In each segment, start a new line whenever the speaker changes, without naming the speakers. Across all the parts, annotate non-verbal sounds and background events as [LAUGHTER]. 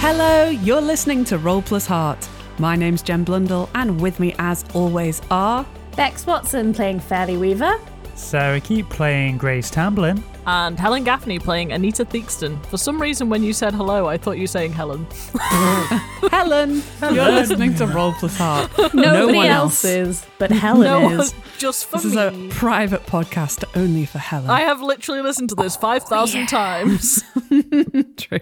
Hello, you're listening to Roll Plus Heart. My name's Jen Blundell, and with me, as always, are
Bex Watson playing Fairly Weaver.
Sarah Keep playing Grace Tamblin.
and Helen Gaffney playing Anita Theakston. For some reason, when you said hello, I thought you were saying Helen. [LAUGHS]
Helen. You're listening to Roll Plus Heart.
Nobody
one
else is, but Helen
No,
is.
just for
This is a
me.
private podcast only for Helen.
I have literally listened to this
[LAUGHS]
5,000 times.
True.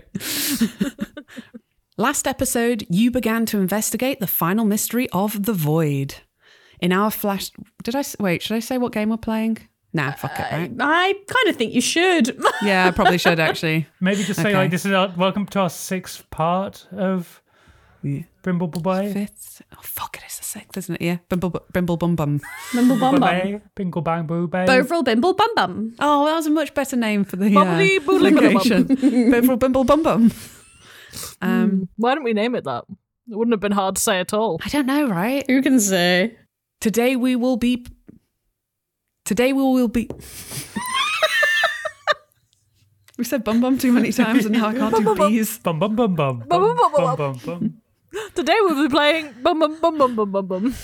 Last episode, you began to investigate the final mystery of the void. In our flash, did I s- wait? Should I say what game we're playing? Nah, fuck it, right?
I kind of think
[LAUGHS]
you should.
Yeah, I probably should actually.
Maybe just say
Okay.
like this is our welcome to our sixth part of Brimble Bye
Fifth. Oh fuck it, it's the sixth, isn't it? Yeah, bimble, bu- bimble, bum, bum.
Bimble Bum Bum.
Bye Bingle Bang Boo Bay.
Bovril Bimble Bum Bum.
Oh, that was a much better name [LAUGHS] for the
Bubbly
uh,
boodly bum bum.
location. Bimble, bimble, bum, bum. Um,
Why don't we name it that? It wouldn't have been hard to say at all.
I don't know, right?
Who can say?
Today we will be. Today we will [LAUGHS] be. we said bum bum too many times, and now I can't do bees.
Bum bum bum bum bum
bum, bum,
bum
bum.
bum bum.
Today we'll be playing bum bum bum bum bum
[LAUGHS]
bum bum.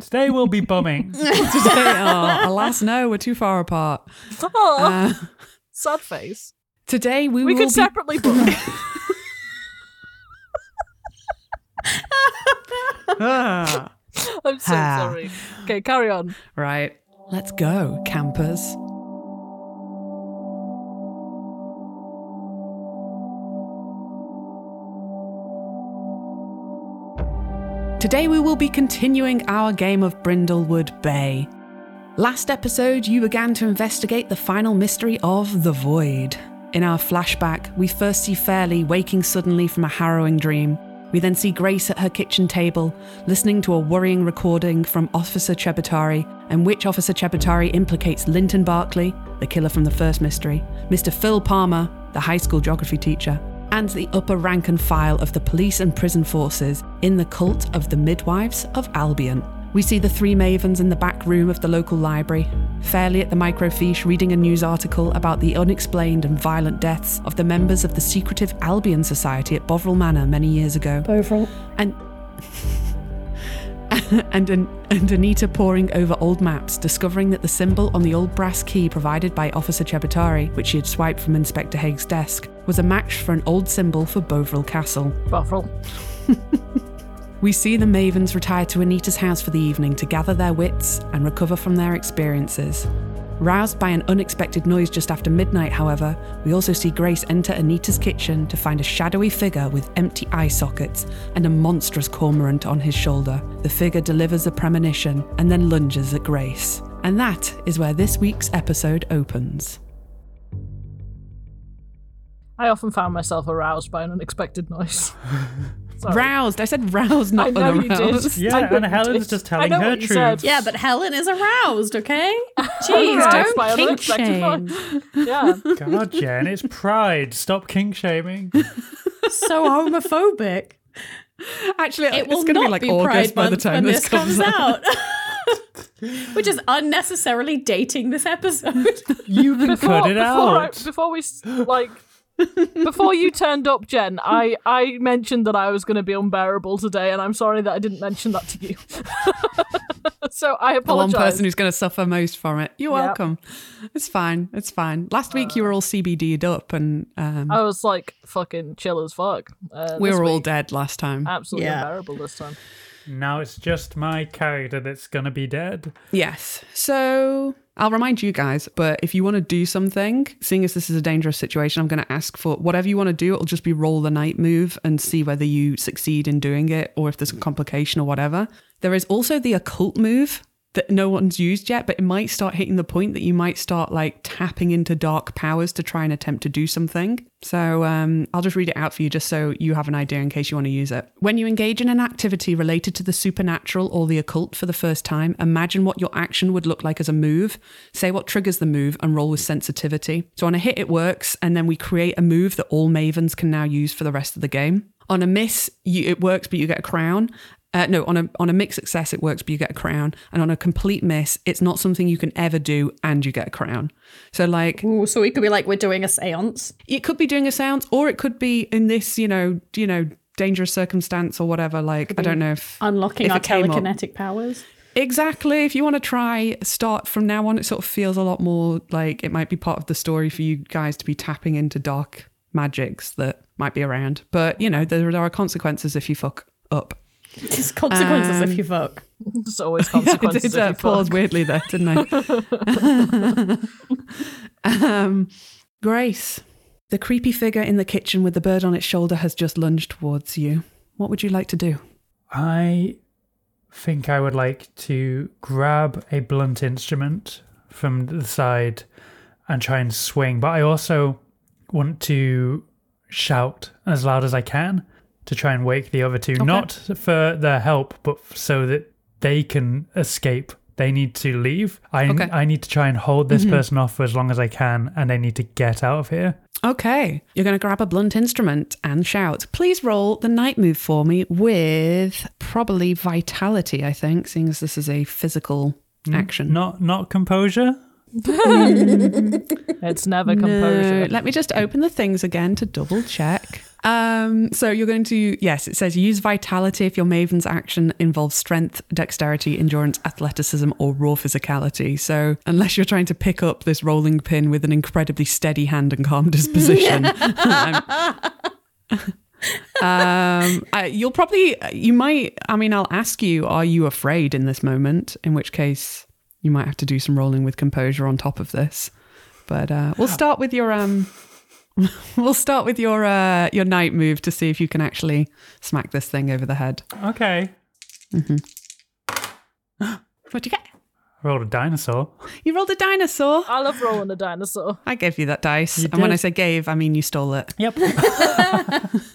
Today we'll be bumming.
Today, oh, alas, no, we're too far apart.
Oh,
Uh,
sad face.
today we,
We
will
could
be.
separately book.
[LAUGHS]
[LAUGHS]
Ah.
I'm so
Ah.
sorry. Okay, carry on.
Right, let's go, campers. Today we will be continuing our game of Brindlewood Bay. Last episode, you began to investigate the final mystery of the void. In our flashback, we first see Fairley waking suddenly from a harrowing dream. We then see Grace at her kitchen table, listening to a worrying recording from Officer Chebutari, in which Officer Chebutari implicates Linton Barkley, the killer from the first mystery, Mr. Phil Palmer, the high school geography teacher, and the upper rank and file of the police and prison forces in the cult of the midwives of Albion. We see the three mavens in the back room of the local library, Fairly at the microfiche reading a news article about the unexplained and violent deaths of the members of the secretive Albion Society at Bovril Manor many years ago.
Bovril.
And and, An- and Anita poring over old maps, discovering that the symbol on the old brass key provided by Officer Chebutari, which she had swiped from Inspector Haig's desk, was a match for an old symbol for Bovril Castle.
Buffle.
We see the Mavens retire to Anita's house for the evening to gather their wits and recover from their experiences. Roused by an unexpected noise just after midnight, however, we also see Grace enter Anita's kitchen to find a shadowy figure with empty eye sockets and a monstrous cormorant on his shoulder. The figure delivers a premonition and then lunges at Grace. And that is where this week's episode opens.
I often found myself aroused by an
[LAUGHS]
unexpected noise. Sorry.
Roused! I said roused, not
I know you
unaroused.
[LAUGHS] did.
Yeah,
I know
and
you
Helen's
did.
just
I
telling
know
her
what you
truth.
said.
Yeah, but Helen is aroused,
[LAUGHS]
okay? Jeez,
Aroused by
don't kink
unexpected
shame.
noise. Yeah.
God, Jen, it's pride. Stop king shaming.
so homophobic.
Actually,
It
it's
will
going to
not
be like
be
August
Pride
by the
Month
time
when
this, comes out. [LAUGHS]
[LAUGHS] Which is unnecessarily dating this episode. [LAUGHS]
You can [LAUGHS] cut it
before I-
out.
before we s- like before you turned up, Jen, I I mentioned that I was going to be unbearable today, and I'm sorry that I didn't mention that to you. [LAUGHS] so I
the one
apologize.
person who's going to suffer most from it. You're
Yep. Uh,
welcome. It's fine. It's fine. Last week you were all CBD'd up and um,
I was like fucking chill as fuck. Uh,
we
this
were all
week,
dead last time.
absolutely
Yeah.
unbearable
[LAUGHS]
this time.
Now it's just my character that's gonna be dead.
yes. So I'll remind you guys, but if you want to do something, seeing as this is a dangerous situation, I'm going to ask for whatever you want to do. It'll just be roll the night move and see whether you succeed in doing it or if there's a complication or whatever. There is also the occult move that no one's used yet, but it might start hitting the point that you might start like tapping into dark powers to try and attempt to do something. So um, I'll just read it out for you just so you have an idea in case you want to use it. When you engage in an activity related to the supernatural or the occult for the first time, imagine what your action would look like as a move. Say what triggers the move and roll with sensitivity. So on a hit, it works, and then we create a move that all mavens can now use for the rest of the game. On a miss, you, it works, but you get a crown. Uh, no, on a on a mixed success, it works, but you get a crown. And on a complete miss, it's not something you can ever do, and you get a crown. So like,
Ooh, so we could be like, we're doing a seance.
it could be doing a sound, or it could be in this, you know, you know, dangerous circumstance or whatever. Like, I don't know if
Unlocking
If
our
it came up.
telekinetic powers.
Exactly. If you want to try, start from now on. It sort of feels a lot more like it might be part of the story for you guys to be tapping into dark magics that might be around. But, you know, there, there are consequences if you fuck up.
Just consequences
Um,
if you fuck.
There's
[LAUGHS]
always
I
consequences.
did
if
uh,
you
pause
fuck.
weirdly there, didn't I? [LAUGHS] um, Grace, the creepy figure in the kitchen with the bird on its shoulder has just lunged towards you. What would you like to do?
I think I would like to grab a blunt instrument from the side and try and swing, but I also want to shout as loud as I can to try and wake the other two, not for their help, but f- so that they can escape. They need to leave. I,
Okay.
I need to try and hold this person off for as long as I can, and they need to get out of here.
Okay, you're going to grab a blunt instrument and shout. Please roll the night move for me with probably vitality, I think, seeing as this is a physical action.
Not not composure.
It's never
No,
composure.
let me just open the things again to double check. Um, so you're going to, yes, it says use vitality if your maven's action involves strength, dexterity, endurance, athleticism, or raw physicality. So unless you're trying to pick up this rolling pin with an incredibly steady hand and calm disposition, [LAUGHS] I'm- um, I, you'll probably, you might, I mean, I'll ask you, are you afraid in this moment? In which case, you might have to do some rolling with composure on top of this. But uh, we'll start with your um, [LAUGHS] we'll start with your uh, your night move to see if you can actually smack this thing over the head.
Okay.
What do you get?
Rolled a dinosaur.
You rolled a dinosaur.
I love rolling a dinosaur.
I gave you that dice, and
did.
when I say gave, I mean you stole it. [LAUGHS]
Yep.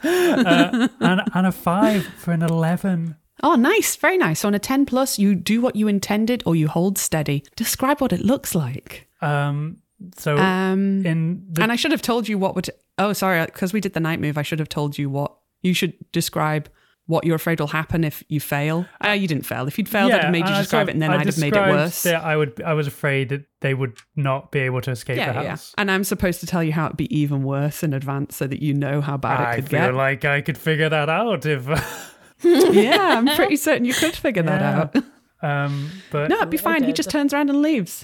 Uh, and, and a five for an 11.
Oh, nice, very nice. So on a ten plus, you do what you intended, or you hold steady. Describe what it looks like.
Um, so
Um,
in the,
and I should have told you what would. Oh, sorry, because we did the night move. I should have told you what you should describe. What you're afraid will happen if you fail? Uh, you didn't fail. If you'd failed, I'd have made you
and I
describe
sort
it, and then
I
I'd have made it
described
worse.
That I would. I was afraid that they would not be able to escape the house.
And I'm supposed to tell you how it'd be even worse in advance so that you know how bad
I
it could
feel
get.
like I could figure that out if. [LAUGHS]
yeah, I'm
[LAUGHS]
pretty certain you could figure
Yeah.
that out. [LAUGHS]
Um, but
No, it'd be fine. He
did.
just turns around and leaves.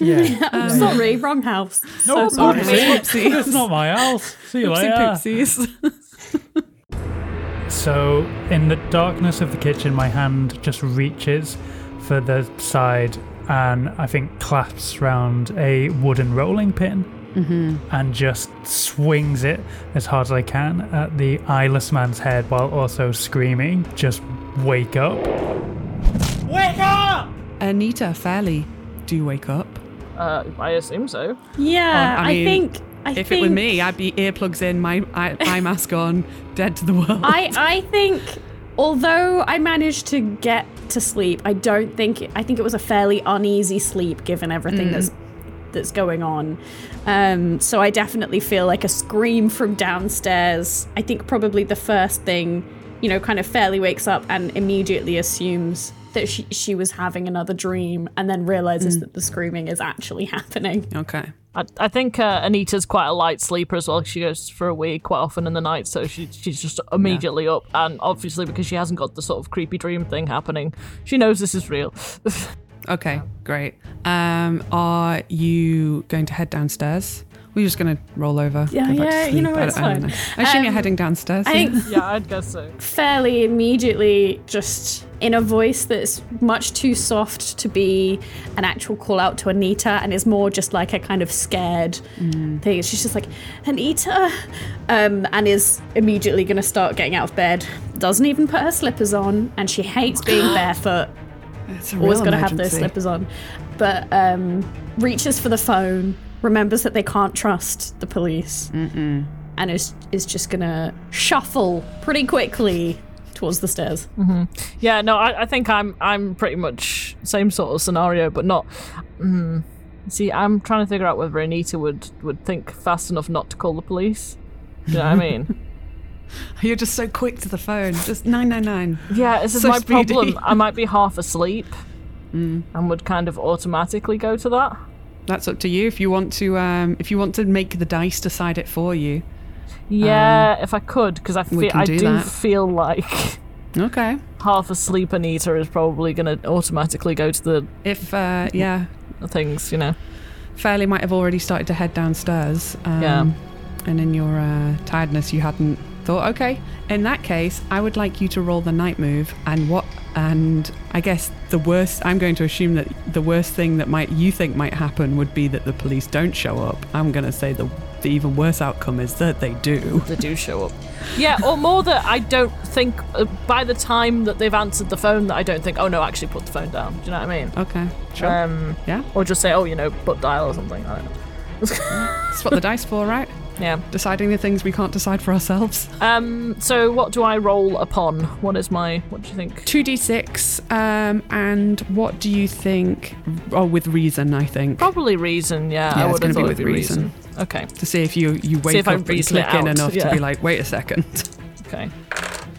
[LAUGHS]
yeah,
sorry, wrong [LAUGHS] house. so
no,
sorry.
oopsie.
Oopsie.
It's not my house. See you
Oopsie
later.
poopsies. [LAUGHS]
So, in the darkness of the kitchen, my hand just reaches for the side and I think clasps round a wooden rolling pin and just swings it as hard as I can at the eyeless man's head while also screaming, Just wake up. Wake up!
Anita, fairly, do you wake up?
Uh, I assume so.
Yeah,
Oh, I
I,
mean,
think. I
if
think,
it were me, I'd be earplugs in, my eye, eye mask on, dead to the world.
I, I think, although I managed to get to sleep, I don't think. I think it was a fairly uneasy sleep given
Mm.
everything that's that's going on. Um, so I definitely feel like a scream from downstairs. I think probably the first thing, you know, kind of fairly wakes up and immediately assumes that she, she was having another dream and then
Mm.
realizes that the screaming is actually [LAUGHS] happening.
[LAUGHS] okay.
I, I think uh, Anita's quite a light sleeper as well. She goes for a wee quite often in the night, so she, she's just immediately up. And obviously, because she hasn't got the sort of creepy dream thing happening, she knows this is real.
Okay, great. Um, are you going to head downstairs? We're just going to roll over.
Yeah,
go back to
yeah, you
sleep.
know
I
what,
don't-
it's
I don't
fine.
know. I assume you're
Um,
heading downstairs.
I think
[LAUGHS] yeah, I'd guess so.
fairly immediately just in a voice that's much too soft to be an actual call out to Anita and is more just like a kind of scared thing. She's just like, Anita! Um, and is immediately going to start getting out of bed. Doesn't even put her slippers on and she hates being barefoot.
It's a
Always
real
got to have those
emergency.
slippers on. But um, reaches for the phone, remembers that they can't trust the police, and is, is just going to shuffle pretty quickly towards the stairs.
Yeah, no, I, I think I'm I'm pretty much same sort of scenario, but not. Mm, see, I'm trying to figure out whether Anita would would think fast enough not to call the police. Do you know what I [LAUGHS] mean?
You're just so quick to the phone. Just 999.
Yeah, this is
So
my
speedy. Mm.
problem. I might be half asleep and would kind of automatically go to that.
That's up to you if you want to um, if you want to make the dice decide it for you.
Yeah, if I could, because I
we
feel
can
I
do
do
that.
feel like [LAUGHS]
Okay.
half asleep Anita is probably going to automatically go to the
If uh, yeah,
things, you know.
Fairly might have already started to head downstairs. Um,
Yeah.
And in your uh, tiredness, you hadn't thought. Okay. In that case, I would like you to roll the night move. And what? And I guess the worst. I'm going to assume that the worst thing that might you think might happen would be that the police don't show up. I'm going to say the the even worse outcome is that they do.
They do show up. Yeah, or more that I don't think uh, by the time that they've answered the phone that I don't think, oh no, actually put the phone down. Do you know what I mean?
Okay. Uh, Sure.
Um,
yeah.
or just say, oh, you know, butt dial or something. I don't know.
That's what the dice for, right?
Yeah.
Deciding the things we can't decide for ourselves. [LAUGHS]
Um. So what do I roll upon? What is my? What do you think?
2d6 um, and what do you think oh with reason i think
Probably reason. Yeah.
Yeah,
I
it's
would have
gonna be
thought
with
it'd be reason. Okay.
to see if you you wake
if I
up and click
reason it
in
out,
enough to
yeah.
be like wait a second [LAUGHS]
Okay.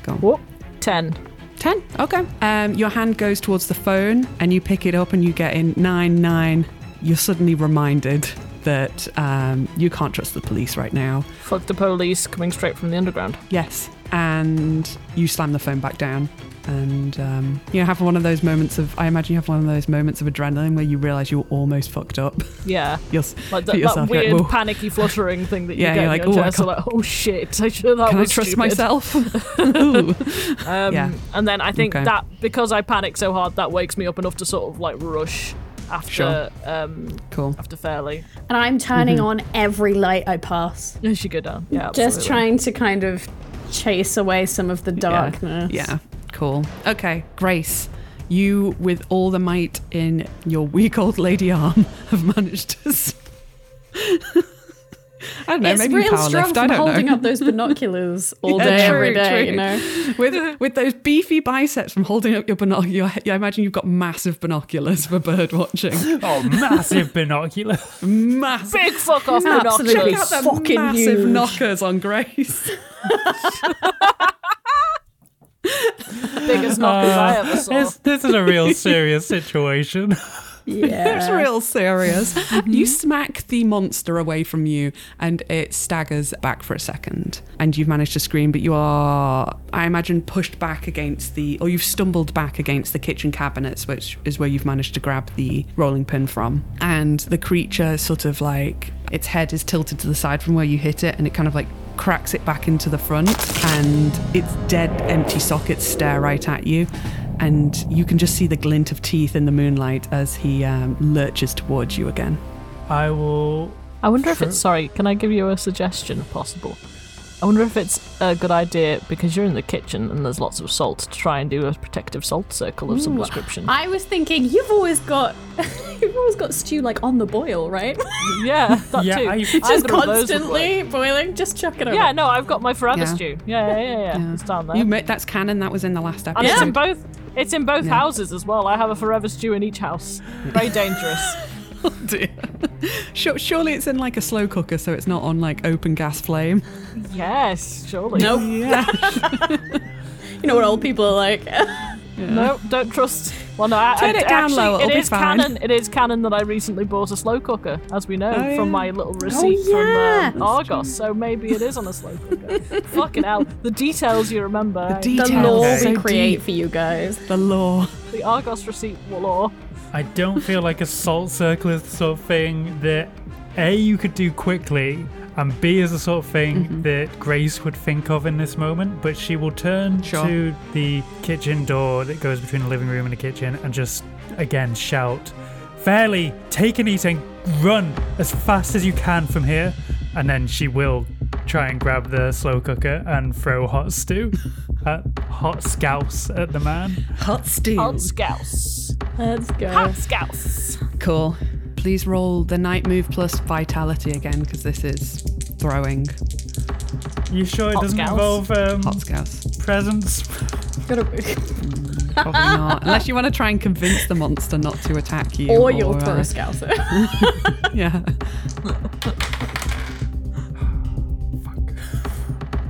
Go on.
Whoop. Ten.
10 okay um, your hand goes towards the phone and you pick it up and you get in 9 9 you're suddenly reminded that um, you can't trust the police right now
Fuck the police coming straight from the underground.
Yes. And you slam the phone back down. And um, you know, have one of those moments of I imagine you have one of those moments of adrenaline where you realise you're almost fucked up. [LAUGHS]
Yeah.
You'll s- put
Like that, that
yourself you're like,
weird
"Whoa,
panicky fluttering thing that you
Yeah,
get
you're
in
like,
your
"Oh, I
chest. like, oh shit! [LAUGHS] I sure that
Can I
was
trust
[LAUGHS]
stupid."
myself? [LAUGHS]
Um,
Yeah.
And then I think
Okay.
that because I panic so hard, that wakes me up enough to sort of like rush after
Sure.
um,
cool.
after Fairley.
And I'm turning
Mm-hmm.
on every light I pass.
As you go down, yeah,
Just
absolutely.
trying to kind of chase away some of the darkness.
Yeah. Cool. Okay, Grace. You, with all the might in your weak old lady arm, have managed to. s- [LAUGHS] I don't know.
it's
maybe you
real
power
strong
lift. I
from
don't know.
holding
[LAUGHS]
up those binoculars all
Yeah,
day,
true,
every day.
true.
You know, [LAUGHS]
with with those beefy biceps from holding up your binoculars. I imagine you've got massive binoculars for bird
[LAUGHS]
watching.
Oh, massive binocular.
Massive.
big fuck off
Absolutely.
Check
binoculars.
out the
Fucking
massive
huge.
knockers on Grace. Uh,
Biggest knockers I ever saw.
Uh, This, this is a real serious situation.
yeah.
It's real serious. You smack the monster away from you, and it staggers back for a second. And you've managed to scream, but you are, I imagine, pushed back against the, or you've stumbled back against the kitchen cabinets, which is where you've managed to grab the rolling pin from. And the creature sort of like, its head is tilted to the side from where you hit it, and it kind of like cracks it back into the front, and its dead, empty sockets stare right at you and you can just see the glint of teeth in the moonlight as he um, lurches towards you again.
I will.
I wonder if
Sure.
it's sorry. Can I give you a suggestion, if possible? I wonder if it's a good idea because you're in the kitchen and there's lots of salt to try and do a protective salt circle of some description.
I was thinking you've always got [LAUGHS] you've always got stew like on the boil, right?
yeah, that
Yeah,
too.
I-
Either of those
Just
would work.
constantly boiling, just chuck it over.
Yeah, no, I've got my forever
Yeah.
stew. Yeah, yeah, yeah, yeah. It's down there.
You ma- that's canon. That was in the last
and
episode.
it's
Yeah.
in both. It's in both houses as well. I have a forever stew in each house.
[LAUGHS]
Very dangerous.
[LAUGHS] Sure, surely it's in like a slow cooker, so it's not on like open gas flame.
yes, surely.
Nope. You know what old people are like.
No, don't trust. Well, no, I,
Turn
I,
it down
actually,
low, it'll
it
be
is
fine.
canon. It is canon that I recently bought a slow cooker, as we know
Oh,
from
yeah.
my little receipt
yeah.
from um, Argos. So maybe it is on a slow cooker.
[LAUGHS]
Fucking hell, the details you remember. The,
the
Details.
law
Okay.
we
So
create
deep.
for you guys.
[LAUGHS] The law.
the Argos receipt law.
I don't feel like a salt circle is the sort of thing that A, you could do quickly, and B, is the sort of thing
Mm-hmm.
that Grace would think of in this moment. But she will turn
Sure.
to the kitchen door that goes between the living room and the kitchen and just again shout, Fairly, take an eating, run as fast as you can from here. And then she will try and grab the slow cooker and throw hot stew, uh, hot scouse at the man.
Hot stew.
Hot scouse.
Let's go.
Uh,
Hot scouse.
Cool. Please roll the night move plus vitality again, because this is throwing
You sure it
Hot
doesn't
scouse?
involve um,
hot scouse.
[LAUGHS] presents.
Probably not. Unless you want to try and convince the monster not to attack you.
or you'll
uh,
throw
[LAUGHS]
a [LAUGHS] scouser.
Yeah.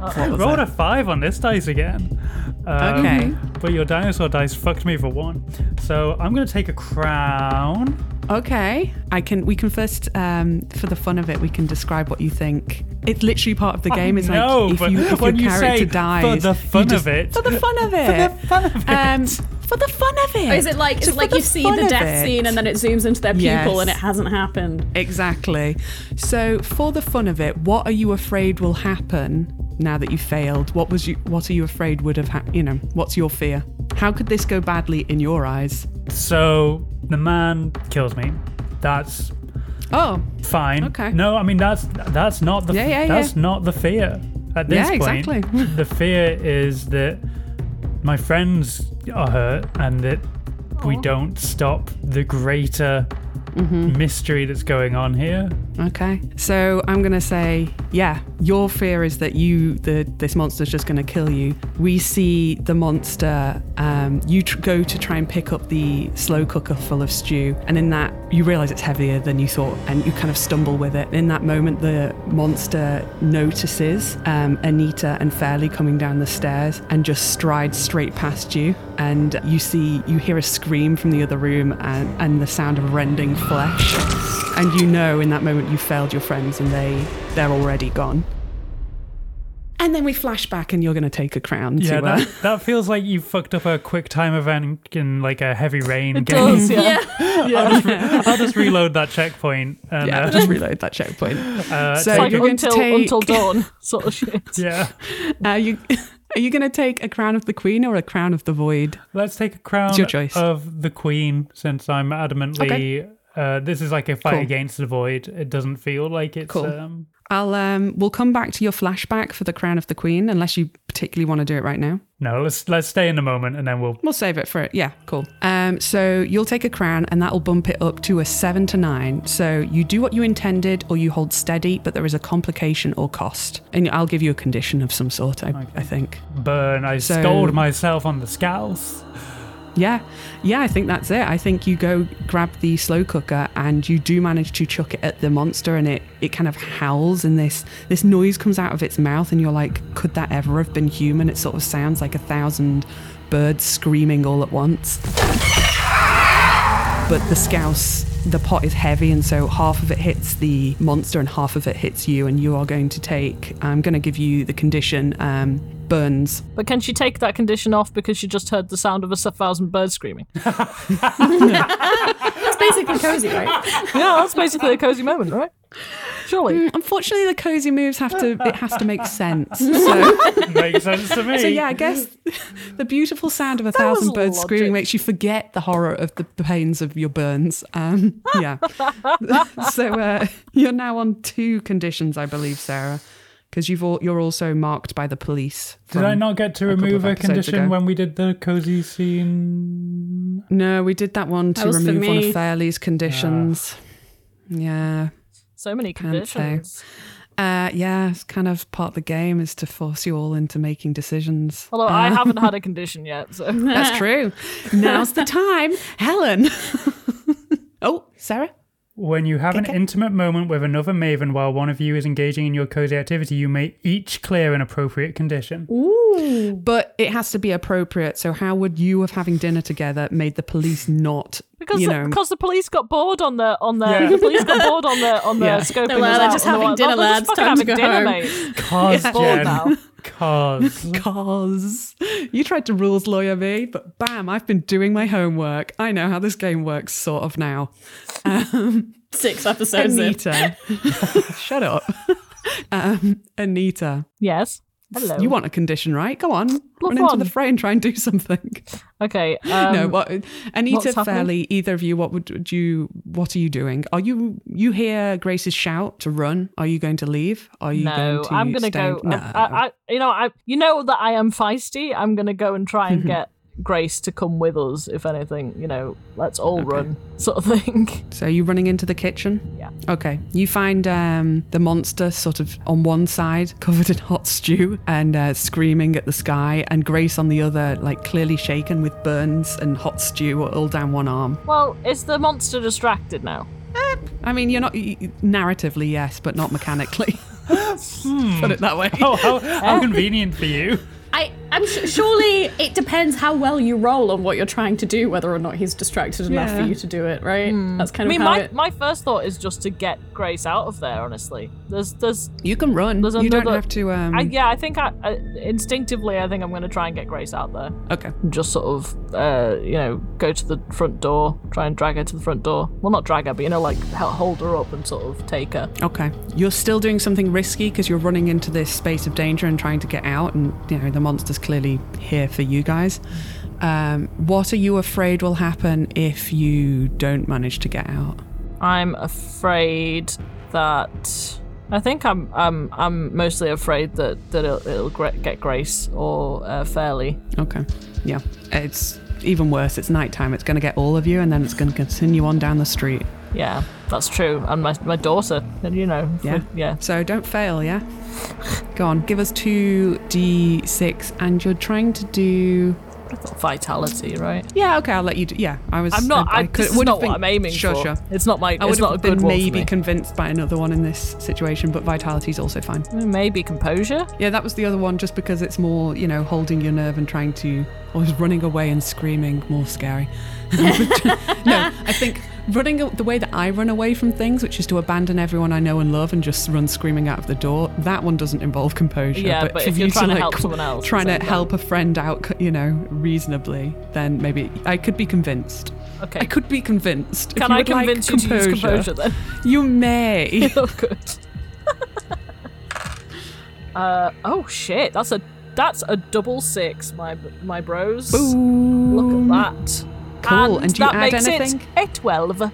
I rolled a five on this dice again. Um,
Okay.
But your dinosaur dice fucked me for one. So I'm going to take a crown.
Okay. I can. We can first, um, for the fun of it, we can describe what you think. It's literally part of the game. Is
no,
like if,
but
you, if your
when you
character
say, "For
dies,
the
you
fun of it."
for the
[LAUGHS]
fun of it, for the fun of it, um, for the fun of it.
Is it like
So
it's
for
like
the
you see
fun
the
of
death
it.
scene and then it zooms into their pupil
Yes.
and it hasn't happened?
Exactly. So, for the fun of it, what are you afraid will happen now that you failed? What was you? What are you afraid would have? hap you know, what's your fear? How could this go badly in your eyes?
So the man kills me. That's
Oh,
fine.
Okay.
No, I mean that's that's not the
Yeah, yeah,
that's
yeah.
not the fear at this
Yeah,
point.
exactly. [LAUGHS]
the fear is that my friends are hurt and that we don't stop the greater
Mm-hmm.
mystery that's going on here.
okay. So I'm gonna say, yeah. Your fear is that you, the this monster's just gonna kill you. We see the monster. Um, you tr- go to try and pick up the slow cooker full of stew, and in that you realize it's heavier than you thought, and you kind of stumble with it. In that moment, the monster notices um, Anita and Fairley coming down the stairs and just strides straight past you. And you see, you hear a scream from the other room and, and the sound of rending flesh. And you know in that moment you failed your friends and they, they're already gone. And then we flash back and you're going to take a crown
Yeah,
to uh,
that, that feels like you fucked up a quick time event in like a heavy rain
It
game.
does, yeah.
I'll, just re- [LAUGHS] I'll just reload that checkpoint and
yeah,
uh,
just reload that checkpoint.
[LAUGHS]
So
uh,
It's
take
like
a-
you're going to
until
take-
until dawn sort of
[LAUGHS]
shit.
yeah.
Are you, are you going to take a crown of the queen or a crown of the void?
Let's take a crown
It's your choice.
of the queen, since I'm adamantly.
Okay.
Uh, this is like a fight
Cool.
against the void. It doesn't feel like it's.
Cool.
Um,
I'll um we'll come back to your flashback for the crown of the queen unless you particularly want to do it right now.
no, let's let's stay in the moment and then we'll.
We'll save it for it. Yeah, cool. Um so you'll take a crown and that'll bump it up to a 7 to 9. So you do what you intended or you hold steady but there is a complication or cost. And I'll give you a condition of some sort, I, I think.
Burn. I
So-
scold myself on the scowls.
Yeah. Yeah, I think that's it. I think you go grab the slow cooker and you do manage to chuck it at the monster and it, it kind of howls and this this noise comes out of its mouth and you're like, could that ever have been human? It sort of sounds like a thousand birds screaming all at once. But the scouse, the pot is heavy, and so half of it hits the monster and half of it hits you. And you are going to take, I'm going to give you the condition um, burns.
But can she take that condition off because she just heard the sound of a thousand birds screaming?
That's basically cozy, [LAUGHS] right?
yeah, that's basically a cozy moment, right?
[LAUGHS]
Surely.
Unfortunately, the cozy moves have to it has to make
[LAUGHS]
sense. So,
[LAUGHS] Makes sense to me.
so yeah, I guess the beautiful sound of a
was
thousand birds screaming
logic.
makes you forget the horror of the pains of your burns. Um, yeah. [LAUGHS] so uh, you're now on two conditions, I believe, Sarah, because you've all, you're also marked by the police.
Did
from-
I not get to
couple
remove
of
a
episodes
condition
ago.
when we did the cozy scene?
No, we did that one to
That was for
remove one
me.
of Fairley's conditions. Yeah.
So many
Can't say.
conditions.
Uh, yeah, it's kind of part of the game is to force you all into making decisions.
Although I haven't had a condition yet,
[LAUGHS]
so
That's true. Now's the time, Helen. [LAUGHS] oh, Sarah.
When you have an intimate moment with another maven while one of you is engaging in your cozy activity, you may each clear an appropriate condition.
But it has to be appropriate. So how would you of having dinner together made the police not?
[LAUGHS] because
you
the,
know,
because the police got bored on their on their
Yeah.
the police got bored on their on their
Yeah.
scoping.
They're like,
us
"They're
out
just
and
having
like,
dinner,
"Oh, they're
lads.
just fucking
Time to
having
go
dinner,
home."
mate.
Cause,
It's bored now.
Jen. Cause.
cause you tried to rules lawyer me, but bam, I've been doing my homework. I know how this game works, sort of now.
Six episodes
[LAUGHS]
in.
Anita, shut up. [LAUGHS] Um, Anita,
Yes. Hello.
you want a condition, right? Go on, run into
one.
the fray and try and do something.
Okay. Um,
no, what Anita
what's happening?
Fairley, either of you, what would, would you what are you doing? Are you you hear Grace's shout to run? Are you going to leave? Are you
No,
going to
I'm gonna
stay?
go.
No.
I, I, I, you know, I, you know that I am feisty. I'm gonna go and try and
[LAUGHS]
get Grace to come with us. If anything, you know, let's all run, [LAUGHS] sort of thing.
so you running into the kitchen?
Yeah.
Okay. You find um, the monster sort of on one side, covered in hot stew and uh, screaming at the sky, and Grace on the other, like clearly shaken with burns and hot stew all down one arm.
Well, is the monster distracted now?
I mean, you're not y- y- narratively yes, but not mechanically. [LAUGHS] Put it that way.
Hmm.
Oh, how, how convenient for
[LAUGHS]
you.
I, I'm su- surely it depends how well you roll on what you're trying to do, whether or not he's distracted enough for
Yeah.
you to do it, right? That's
I
kind of
mean,
how
my,
it.
my first thought is just to get Grace out of there. Honestly, there's there's
You can run.
There's
you don't
another-
have to. Um,
I, yeah. I think I, I instinctively I think I'm going to try and get Grace out there.
Okay.
Just sort of uh, you know go to the front door, try and drag her to the front door. Well, not drag her, but you know like help hold her up and sort of take her.
Okay. You're still doing something risky because you're running into this space of danger and trying to get out, and you know the monster's clearly here for you guys. Um, what are you afraid will happen if you don't manage to get out?
I'm afraid that I think I'm I'm I'm mostly afraid that that it'll, it'll gra- get Grace or uh, Fairly.
Okay. Yeah. It's even worse. It's nighttime. It's going to get all of you, and then it's going to continue on down the street.
Yeah, that's true. And my my daughter, and you know,
Yeah.
yeah.
So don't fail, yeah? Go on, give us 2d6, and you're trying to do.
Vitality, right?
Yeah, okay, I'll let you do. Yeah, I was.
I'm not. I,
could-
this is
would have
not what I'm aiming
sure,
for.
Sure,
It's not my.
I would
it's not a
have been
good one.
maybe
Maybe,
convinced by another one in this situation, but vitality's also fine. [LAUGHS]
maybe composure.
Yeah, that was the other one, just because it's more, you know, holding your nerve and trying to, or is running away and screaming more scary. [LAUGHS] no, I think running the way that I run away from things, which is to abandon everyone I know and love and just run screaming out of the door, that one doesn't involve composure.
Yeah, but
for
if
you
you're trying to help
like,
someone else,
trying
it's
to
like,
help a friend out, you know, reasonably, then maybe I could be convinced.
Okay.
I could be convinced. If
Can
you
I
would like
convince you to use composure then?
You may.
oh, good. uh, oh shit! That's a that's a double six, my my bros. [LAUGHS] Look at that.
Cool,
And,
and do you
that
add
makes
anything?
it a twelve.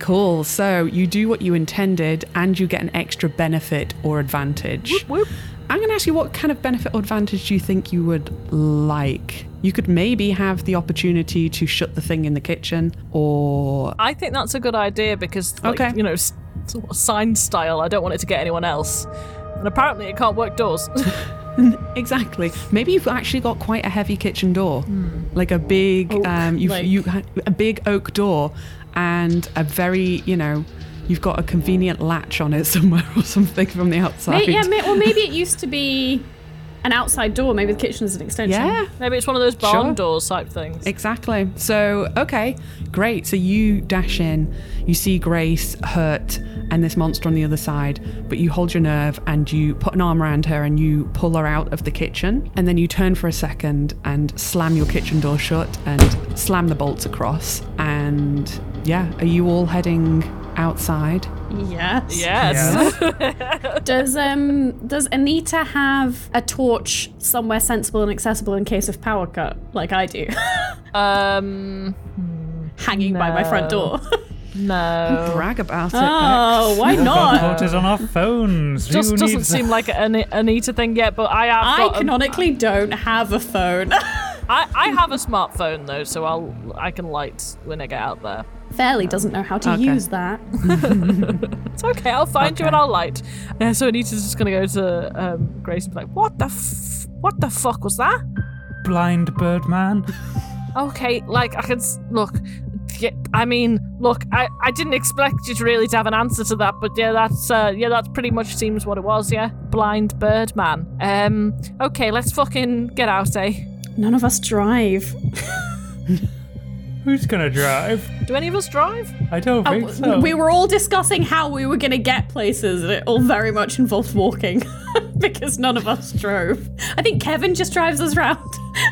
Cool. So you do what you intended and you get an extra benefit or advantage.
Whoop.
I'm going to ask you what kind of benefit or advantage do you think you would like? You could maybe have the opportunity to shut the thing in the kitchen or.
I think that's a good idea because, like,
Okay.
you know, s- sort of sign style. I don't want it to get anyone else. And apparently, it can't work doors. [LAUGHS]
Exactly. Maybe you've actually got quite a heavy kitchen door, like a big,
Hmm. Oak,
um, you've,
like-
you ha- a big oak door, and a very, you know, you've got a convenient latch on it [LAUGHS] somewhere or something from the outside.
May, yeah, may, well, maybe it used to be an outside door. Maybe the kitchen is an extension.
yeah.
Maybe it's one of those barn
Sure.
doors type things.
Exactly. So, okay, great. So you dash in, you see Grace hurt and this monster on the other side, but you hold your nerve and you put an arm around her and you pull her out of the kitchen. And then you turn for a second and slam your kitchen door shut and slam the bolts across. And yeah, are you all heading outside?
Yes.
Yes.
[LAUGHS] Does um does Anita have a torch somewhere sensible and accessible in case of power cut, like I do, [LAUGHS]
Um,
hanging by my front door?
no.
Brag about it.
[LAUGHS] oh,
Bex.
why
Got
not?
quarters on our phones.
Just
Who
doesn't
needs
seem like an Anita thing yet, but I have.
I
got a-
canonically don't have a phone. [LAUGHS]
I, I have a smartphone though, so I'll I can light when I get out there.
Fairly doesn't know how to
Okay.
use that.
It's okay. I'll find you
Okay.
and I'll light. Uh, so Anita's just gonna go to um, Grace and be like, "What the f- what the fuck was that?"
blind Birdman?
Okay, like I can s- look. Yeah, I mean, look, I, I didn't expect you to really to have an answer to that, but yeah, that's uh, yeah, that's pretty much seems what it was. Yeah, blind bird man. Um, okay, let's fucking get out, eh?
None of us drive.
Who's gonna drive?
Do any of us drive?
I don't
Uh,
think so.
We were all discussing how we were going to get places, and it all very much involved walking [LAUGHS] because none of us drove. I think Kevin just drives us round.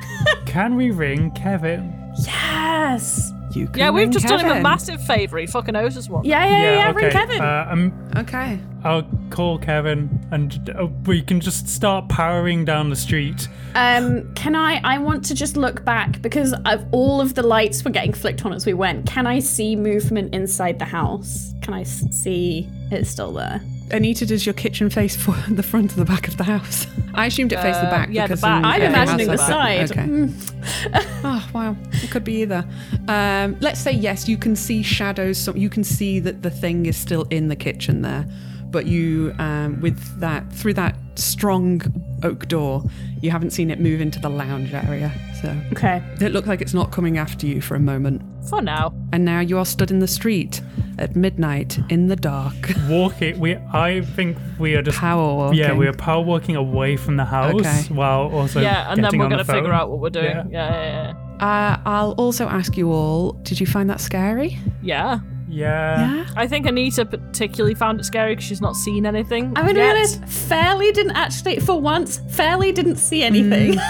[LAUGHS]
Can we ring Kevin?
yes.
You can
Yeah, we've
ring
just done him a
Kevin.
massive favour. He fucking owes us one.
Yeah, yeah, yeah. ring
okay.
Kevin.
Uh, um,
Okay.
I'll call Kevin, and uh, we can just start powering down the street.
Um, can I? I want to just look back because I've, all of the lights were getting flicked on as we went. Can I see movement inside the house? Can I s- see it's still there?
Anita, does your kitchen face for [LAUGHS] the front or the back of the house? I assumed it faced the
Uh,
back.
yeah, the
because
back.
in
I'm
every
imagining
house
the
I've been-
side.
Okay.
Mm. [LAUGHS]
oh wow, it could be either. Um, let's say yes, you can see shadows. So you can see that the thing is still in the kitchen there, but you, um, with that through that strong oak door, you haven't seen it move into the lounge area. So
Okay.
it looked like it's not coming after you for a moment.
For now.
And now you are stood in the street at midnight in the dark. [LAUGHS]
Walking, we I think we are just
Power walking.
yeah, we are power walking away from the house
Okay.
while also
yeah, and then
getting
we're
on the
gonna figure
phone.
out what we're doing.
Yeah.
Yeah, yeah,
Uh, I'll also ask you all: Did you find that scary?
yeah. yeah.
Yeah,
Yeah.
I think Anita particularly found it scary because she's not seen anything.
I'm gonna be
yet.
honest, Fairly didn't actually, for once, Fairly didn't see anything. [LAUGHS]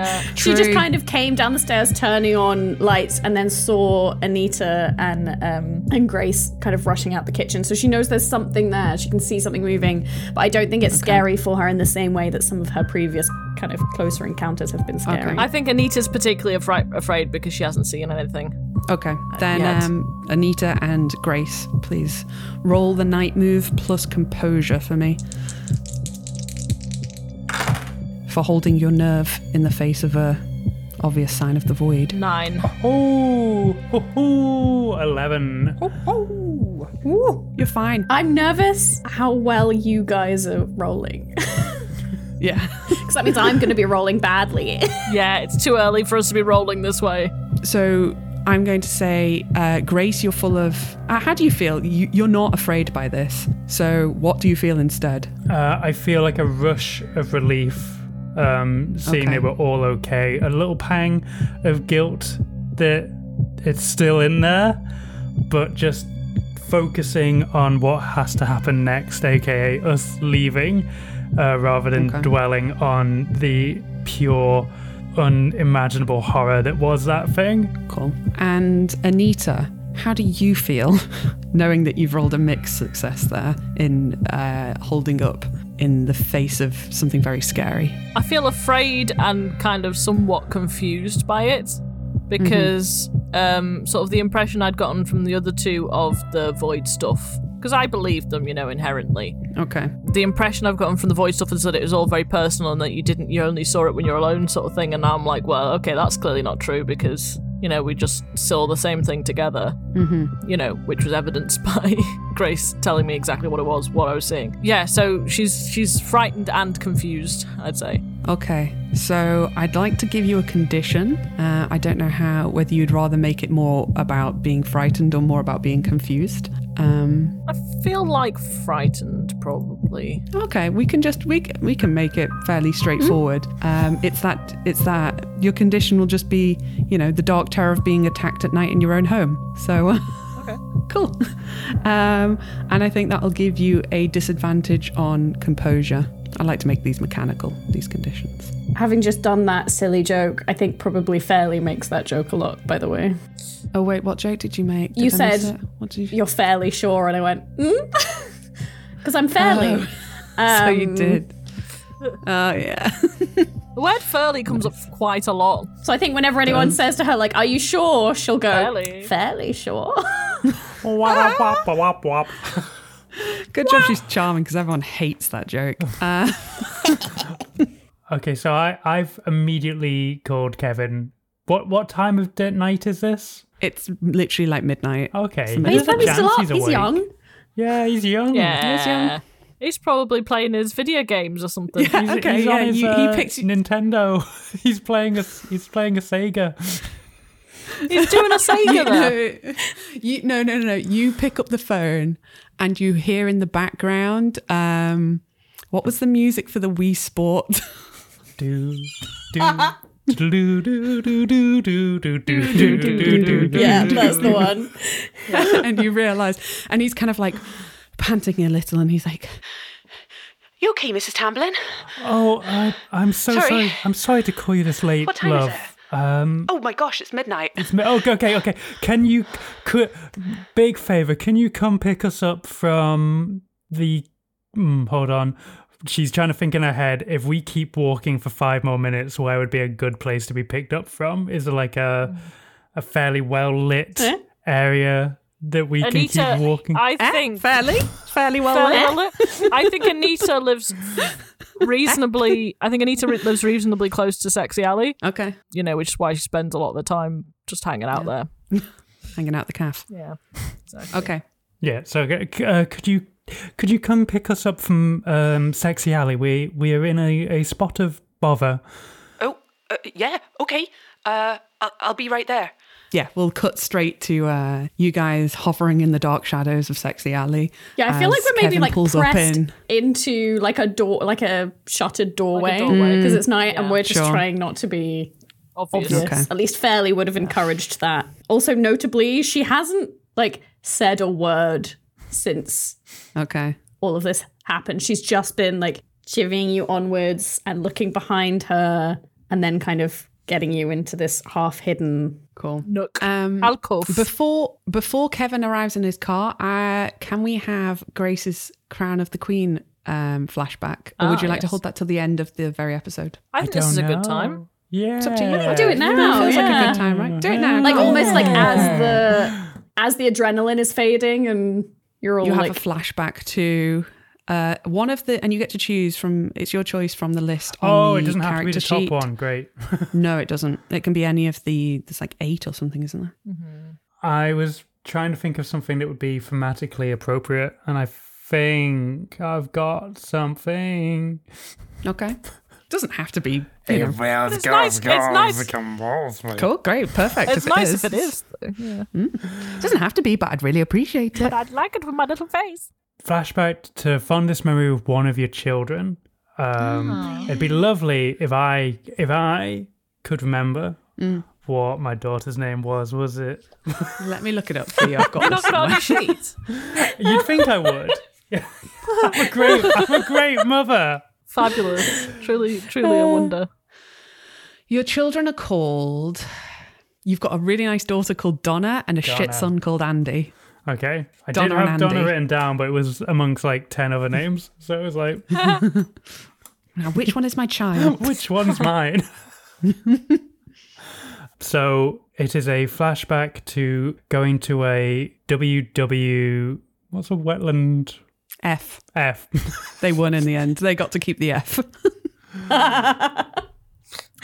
Yeah.
she just
True.
kind of came down the stairs turning on lights and then saw Anita and um, and Grace kind of rushing out the kitchen. So she knows there's something there. She can see something moving, but I don't think it's scary for her in the same way that some of her previous kind of closer encounters have been scary.
I think Anita's particularly afraid, afraid because she hasn't seen anything.
Okay. Then
yet.
um, Anita and Grace, please roll the night move plus composure for me for holding your nerve in the face of a obvious sign of the void.
Nine.
Oh, ho, ho, eleven.
You're fine.
I'm nervous how well you guys are rolling. [LAUGHS]
Yeah. [LAUGHS]
Because that means I'm going to be rolling badly. [LAUGHS]
Yeah, it's too early for us to be rolling this way.
So I'm going to say, uh, Grace, you're full of. Uh, how do you feel? You, you're not afraid by this. So what do you feel instead?
Uh, I feel like a rush of relief, um, seeing
Okay.
they were all okay. A little pang of guilt that it's still in there, but just focusing on what has to happen next, aka us leaving, uh, rather than
Okay.
dwelling on the pure, unimaginable horror that was that thing.
Cool. And Anita, how do you feel [LAUGHS] knowing that you've rolled a mixed success there in uh, holding up in the face of something very scary?
I feel afraid and kind of somewhat confused by it because um, sort of the impression I'd gotten from the other two of the void stuff because I believed them, you know, inherently.
Okay.
The impression I've gotten from the void stuff is that it was all very personal and that you didn't, you only saw it when you're alone, sort of thing. And now I'm like, well, okay, that's clearly not true because you know we just saw the same thing together. Mm-hmm. You know, which was evidenced [LAUGHS] by Grace telling me exactly what it was, what I was seeing. Yeah, so she's she's frightened and confused. I'd say.
Okay. So I'd like to give you a condition. Uh, I don't know how whether you'd rather make it more about being frightened or more about being confused. Um,
I feel like frightened, probably.
Okay, we can just we c- we can make it fairly straightforward. Um, it's that it's that your condition will just be you know the dark terror of being attacked at night in your own home. So. [LAUGHS]
Okay.
Cool. Um, and I think that'll give you a disadvantage on composure. I like to make these mechanical, these conditions.
Having just done that silly joke, I think probably Fairly makes that joke a lot, by the way.
Oh, wait, what joke did you make?
You
I miss
said-
it? What did you.
You're fairly sure. And I went, [LAUGHS] mm? Because I'm fairly.
[LAUGHS] [LAUGHS] so you
Um, [LAUGHS]
did. Oh, yeah.
The word fairly comes up quite a lot.
So I think whenever anyone says to her, like, are you sure? She'll go,
Fairly.
fairly sure. [LAUGHS]
Wap, wap, wap, wap, wap.
Good job she's charming because everyone hates that [LAUGHS] joke. Uh,
Okay, so I, I've immediately called Kevin. What what time of d- night is this?
it's literally like midnight.
Okay.
But there's
he's
a
probably
chance
still up. He's,
he's awake.
young.
Yeah, he's young. He's young.
Yeah. He's probably playing his video games or something.
He's,
Okay,
he's
yeah,
on his,
you- he
uh,
picks-
Nintendo. [LAUGHS] he's playing a he's playing a Sega.
He's doing a
[LAUGHS]
Sega there.
no, you, no, no, no, no. You pick up the phone and you hear in the background, um, what was the music for the Wii Sport? [LAUGHS]
Do do do do do do do do do do do do do.
Yeah, that's the one.
and you realize, and he's kind of like panting a little, and he's like, "You okay, Mrs. Tamblyn?
Oh, I, I'm so sorry.
Sorry.
I'm sorry to call you this late,
What time is
love. Um,
Oh my gosh, it's midnight.
it's mi- oh, okay, okay. Can you, could, big favor? Can you come pick us up from the? Mm, hold on. She's trying to think in her head. If we keep walking for five more minutes, where would be a good place to be picked up from? Is it like a a fairly well lit
Hmm?
Eh?
area that we can
Anita,
keep walking?
I
Eh?
think.
fairly, fairly well.
fairly
lit.
well lit. I think Anita lives reasonably. I think Anita re- lives reasonably close to Sexy Alley.
Okay,
You know, which is why she spends a lot of the time just hanging out there.
hanging out the calf.
Yeah. Exactly.
Okay,
Yeah. So uh, c- uh, could you could you come pick us up from um, Sexy Alley? We we are in a, a spot of bother.
Oh, uh, yeah, okay. Uh, I'll, I'll be right there.
yeah, we'll cut straight to uh, you guys hovering in the dark shadows of Sexy Alley.
Yeah, I feel like
as
we're maybe
Kevin
like
pulls up
pressed
in.
into like a door, like a shuttered doorway, because
doorway.
it's night, and
Yeah.
we're just
Mm. Sure.
trying not to be
Obvious.
obvious.
Okay.
At least Fairly would have encouraged that. Also, notably, she hasn't like said a word since
Okay.
all of this happened. She's just been like chivvying you onwards and looking behind her, and then kind of getting you into this half-hidden.
Cool.
Nook.
Um,
Alcove.
Before before Kevin arrives in his car, uh, can we have Grace's Crown of the Queen um, flashback, or would
Ah,
you like to
yes.
hold that till the end of the very episode?
I think this
Don't
is a
know.
good time.
Yeah.
It's up to you.
I think do it now.
Feels
yeah.
like a good time, right? Do it now.
like
Go on.
almost like as the as the adrenaline is fading and you're all
you have
like
a flashback to uh, one of the, and you get to choose from. It's your choice from the list. On
Oh,
the
it doesn't have to be the
character
top
sheet.
one. Great.
No, it doesn't. It can be any of the. There's like eight or something, isn't there?
I was trying to think of something that would be thematically appropriate, and I think I've got something.
Okay. [LAUGHS] Doesn't have to be. you know.
It's
nice- it's nice-
Cool, great, perfect.
It's
if
nice if it is. though. Yeah.
It doesn't have to be, but I'd really appreciate it.
But I'd like it with my little face.
Flashback to fondest memory of one of your children. Um,
Ah,
It'd be lovely if I if I could remember
Mm.
what my daughter's name was. Was it?
Let me look it up for you. I've got
You're
this
[LAUGHS] not going to on
somewhere.
your sheet.
You'd think
[LAUGHS]
I would. [LAUGHS] I'm a great. I'm a great mother.
Fabulous. Truly, truly a wonder.
Your children are called. You've got a really nice daughter called Donna and a shit
Donna.
son called Andy.
Okay, I
Donna
did
and
have Donna
Andy.
written down, but it was amongst like ten other names, so it was like,
Now, which one is my child?
[LAUGHS] which one's mine? so it is a flashback to going to a WW. What's a wetland?
F.
F. [LAUGHS]
They won in the end. They got to keep the F.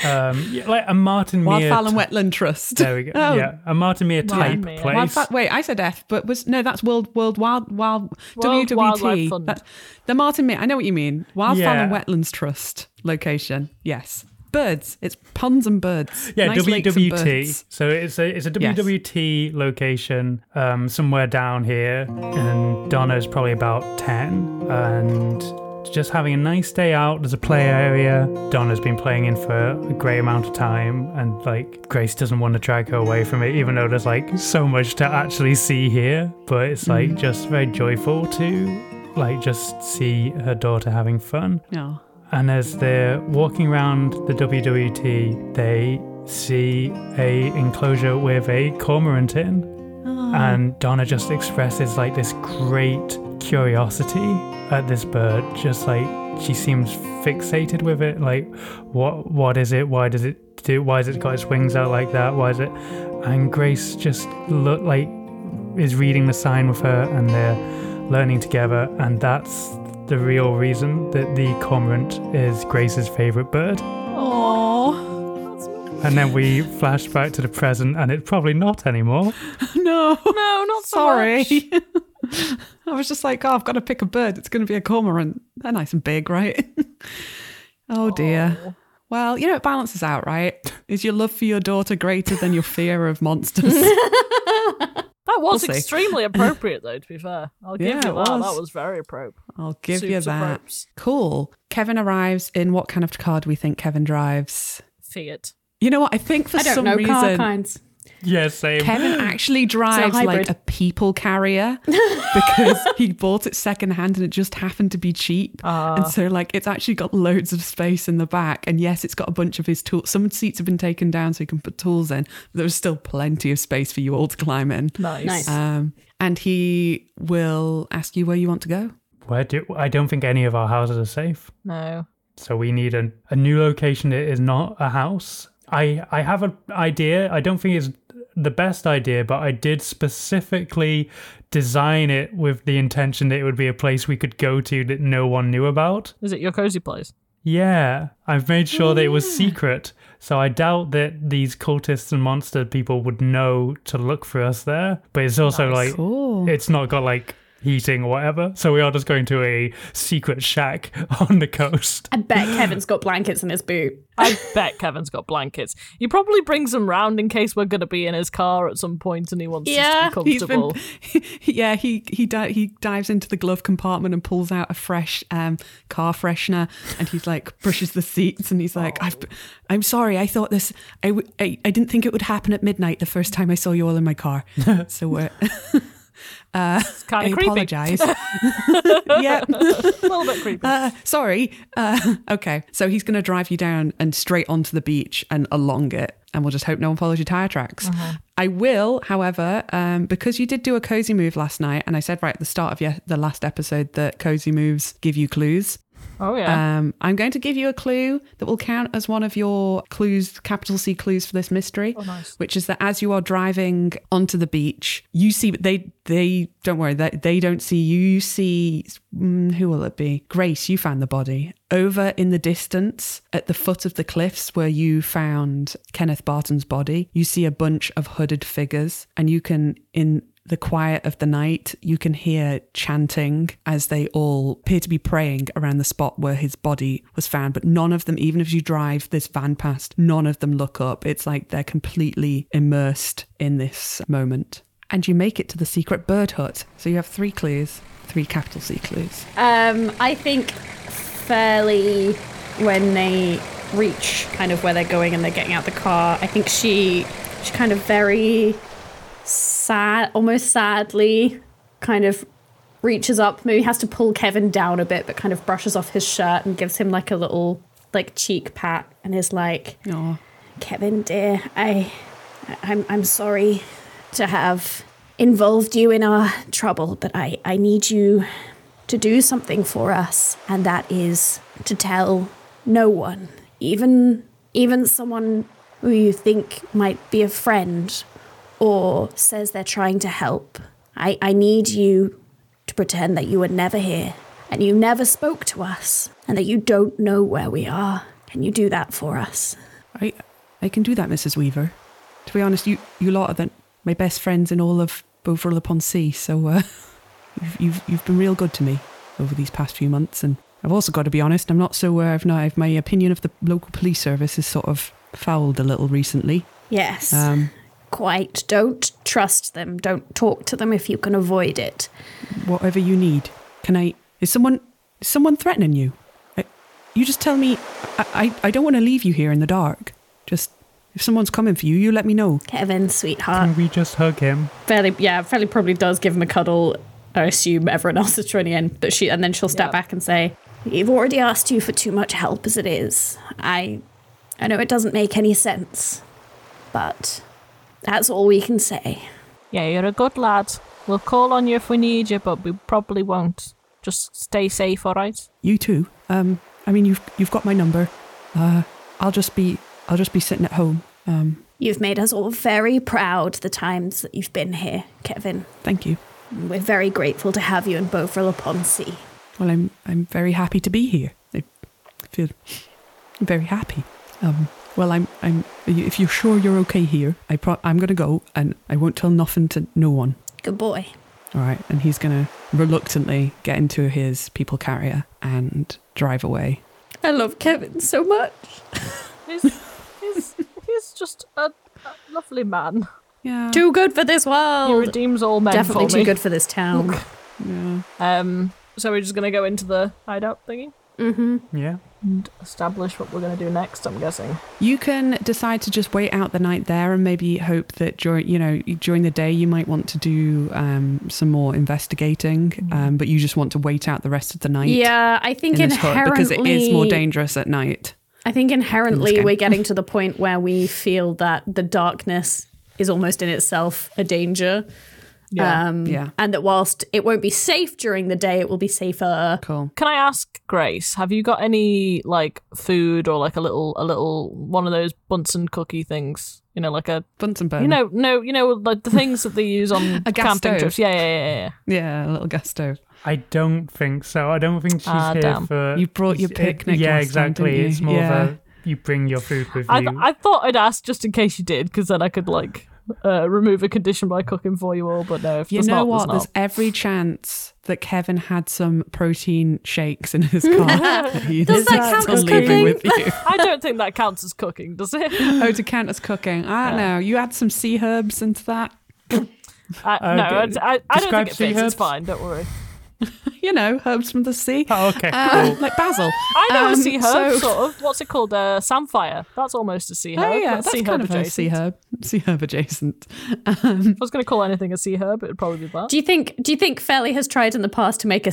Um, yeah, like a Martin Meer.
Wildfowl and
t-
Wetland Trust.
There we go.
[LAUGHS] Oh.
Yeah, a Martin Meer type
Meer.
place.
Wildfowl- wait, I said F, but was no, that's World World Wild Wild
World
WWT.
Wildlife Fund.
That- the Martin Mir. I know what you mean. Wildfowl
Yeah.
and Wetlands Trust location. Yes. Birds. It's ponds and birds.
Yeah,
Nice lakes and birds.
WWT. So it's a it's a
Yes.
WWT location um, somewhere down here, and Donna's probably about ten, and just having a nice day out. There's a play area. Donna's been playing in for a great amount of time, and like Grace doesn't want to drag her away from it, even though there's like so much to actually see here. But it's like
Mm.
just very joyful to like just see her daughter having fun.
No.
And as they're walking around the WWT, they see a enclosure with a cormorant in. And Donna just expresses like this great curiosity at this bird. Just like she seems fixated with it. Like, what what is it? Why does it do? Why has it got its wings out like that? Why is it? And Grace just look like is reading the sign with her, and they're learning together. And that's the real reason that the cormorant is Grace's favorite bird.
Oh
And then [LAUGHS] we flash back to the present, and it's probably not anymore.
[LAUGHS] no.
No, not so
Sorry. [LAUGHS]
much.
I was just like, oh, I've got to pick a bird. It's going to be a cormorant. They're nice and big, right? [LAUGHS] oh, dear. Well, you know, it balances out, right? Is your love for your daughter greater than your fear of monsters?
[LAUGHS]
That was
We'll see.
extremely appropriate, though. To be fair, I'll give
Yeah,
you that.
it was.
That was very appropriate.
I'll give you
Soups and
that.
ropes.
Cool. Kevin arrives in what kind of car do we think Kevin drives?
Fiat.
You know what? I think for
I don't
some
know car
reason,
kinds.
Yeah, same.
[LAUGHS] Kevin actually drives
hybrid.
like a people carrier [LAUGHS] because he bought it secondhand and it just happened to be cheap. and so, like, it's actually got loads of space in the back. And yes, it's got a bunch of his tools. Some seats have been taken down so he can put tools in, but there's still plenty of space for you all to climb in.
Nice.
Nice.
Um, and he will ask you where you want to go.
Where do I don't think any of our houses are safe.
No.
So we need a, a new location that is not a house. I I have an idea. I don't think it's the best idea, but I did specifically design it with the intention that it would be a place we could go to that no one knew about.
Is it your cozy place?
Yeah, I've made sure that it was secret, so I doubt that these cultists and monster people would know to look for us there. But it's also like
Cool.
it's not got like heating or whatever. So we are just going to a secret shack [LAUGHS] on the coast.
I bet Kevin's got blankets in his boot.
I bet Kevin's got blankets. He probably brings them round in case we're going to be in his car at some point and he wants
Yeah,
us to be
He's been,
comfortable.
[LAUGHS] yeah, he he di- he dives into the glove compartment and pulls out a fresh um, car freshener, and he's like brushes the seats, and he's like, I've, "I'm sorry, I thought this, I, w- I I didn't think it would happen at midnight the first time I saw you all in my car, so we're,
It's
[LAUGHS] I
kind of creepy.
apologize." [LAUGHS] yeah,
A little bit creepy.
uh, sorry. Uh, [LAUGHS] okay, so he's gonna drive you down and straight onto the beach and along it, and we'll just hope no one follows your tire tracks. I will, however, um, because you did do a cozy move last night, and I said right at the start of ye- the last episode that cozy moves give you clues.
oh, yeah.
Um, I'm going to give you a clue that will count as one of your clues, capital C clues for this mystery, which is that as you are driving onto the beach, you see they they don't worry they, they don't see you. You see mm, who will it be? Grace, you found the body over in the distance at the foot of the cliffs where you found Kenneth Barton's body. You see a bunch of hooded figures, and you can in the quiet of the night, you can hear chanting as they all appear to be praying around the spot where his body was found. But none of them, even if you drive this van past, none of them look up. It's like they're completely immersed in this moment. And you make it to the secret bird hut. So you have three clues, three capital C clues.
Um, I think fairly when they reach kind of where they're going and they're getting out the car, I think she she kind of very sad, almost sadly, kind of reaches up. Maybe has to pull Kevin down a bit, but kind of brushes off his shirt and gives him like a little like cheek pat, and is like,
Oh,
Kevin, dear, I, I'm, I'm sorry to have involved you in our trouble, but I, I need you to do something for us, and that is to tell no one, even, even someone who you think might be a friend or says they're trying to help. I, I need you to pretend that you were never here and you never spoke to us and that you don't know where we are. Can you do that for us?
I, I can do that, Mrs. Weaver. To be honest, you, you lot are the, my best friends in all of Bovril upon Sea, so uh, [LAUGHS] you've, you've you've been real good to me over these past few months. And I've also got to be honest, I'm not so aware of now. My opinion of the local police service is sort of fouled a little recently.
Yes.
Um,
Quite. Don't trust them. Don't talk to them if you can avoid it.
whatever you need, can I? Is someone is someone threatening you? I, you just tell me. I, I I don't want to leave you here in the dark. Just if someone's coming for you, you let me know.
Kevin, sweetheart.
Can we just hug him?
Fairly, yeah, Fairly probably does give him a cuddle. I assume everyone else is joining in, but she, and then she'll step
Yeah.
back and say, "You've already asked you for too much help as it is. I, I know it doesn't make any sense, but that's all we can say.
yeah, you're a good lad. We'll call on you if we need you, but we probably won't. Just stay safe, all right?
you too. Um, I mean, you've you've got my number. Uh, I'll just be I'll just be sitting at home. Um,
You've made us all very proud the times that you've been here, Kevin.
thank you.
We're very grateful to have you in Bovril upon Sea."
Well, I'm I'm very happy to be here. I feel very happy. Um, well, I'm I'm if you're sure you're okay here, I pro- I'm gonna go and I won't tell nothing to no one.
Good boy.
All right, and he's gonna reluctantly get into his people carrier and drive away.
I love Kevin so much.
He's, he's, he's just a, a lovely man.
Yeah.
Too good for this
He
world.
redeems all men
Definitely
for
too
me.
good for
[LAUGHS]
this town.
Yeah.
Um, so we're just going to go into the hideout thingy
mm-hmm.
Yeah.
and establish what we're going to do next, I'm guessing.
You can decide to just wait out the night there and maybe hope that during, you know, during the day you might want to do um, some more investigating, um, but you just want to wait out the rest of the night.
Yeah, I think
In this hut
inherently
because it is more dangerous at night.
I think inherently
game.
we're
[LAUGHS]
getting to the point where we feel that the darkness is almost in itself a danger.
Yeah.
Um,
yeah.
And that whilst it won't be safe during the day, it will be safer.
Cool.
Can I ask Grace, have you got any like food or like a little a little one of those Bunsen cookie things? You know, like a
Bunsen burner.
you know no you know like the things that they use on
Um, [LAUGHS] A gas
camping
stove.
trips. Yeah, yeah, yeah, yeah.
yeah, a little gas stove.
I don't think so. I don't think she's
Ah,
here
damn.
for.
You brought your
it-
picnic last
yeah,
time,
exactly.
didn't you?
It's more
Yeah.
of a you bring your food with
I,
you.
I thought I'd ask just in case you did, because then I could like uh, remove a condition by cooking for you all, but no, if
You
there's
know
not,
what?
there's
There's every chance that Kevin had some protein shakes in [LAUGHS] his car. that he
Does that
decides
count
to
as
leave
cooking?
With you. [LAUGHS]
not. I don't think that counts as cooking, does it?
Oh, to count as cooking. I don't know. You add some sea herbs into that.
I, no, I,
Okay.
I, I don't
Describe
think it
sea
fits.
herbs.
It's fine. Don't worry.
You know, herbs from the sea.
Oh, okay,
Uh, [LAUGHS]
cool.
like basil.
I know a
Um,
sea herb,
so-
sort of. What's it called? Uh, samphire. That's almost a sea herb.
Oh yeah, that's,
sea
kind
herb
of a
adjacent.
sea herb, sea herb adjacent.
If I was going to call anything a sea herb, it'd probably be that.
Do you think do you think Fairly has tried in the past to make a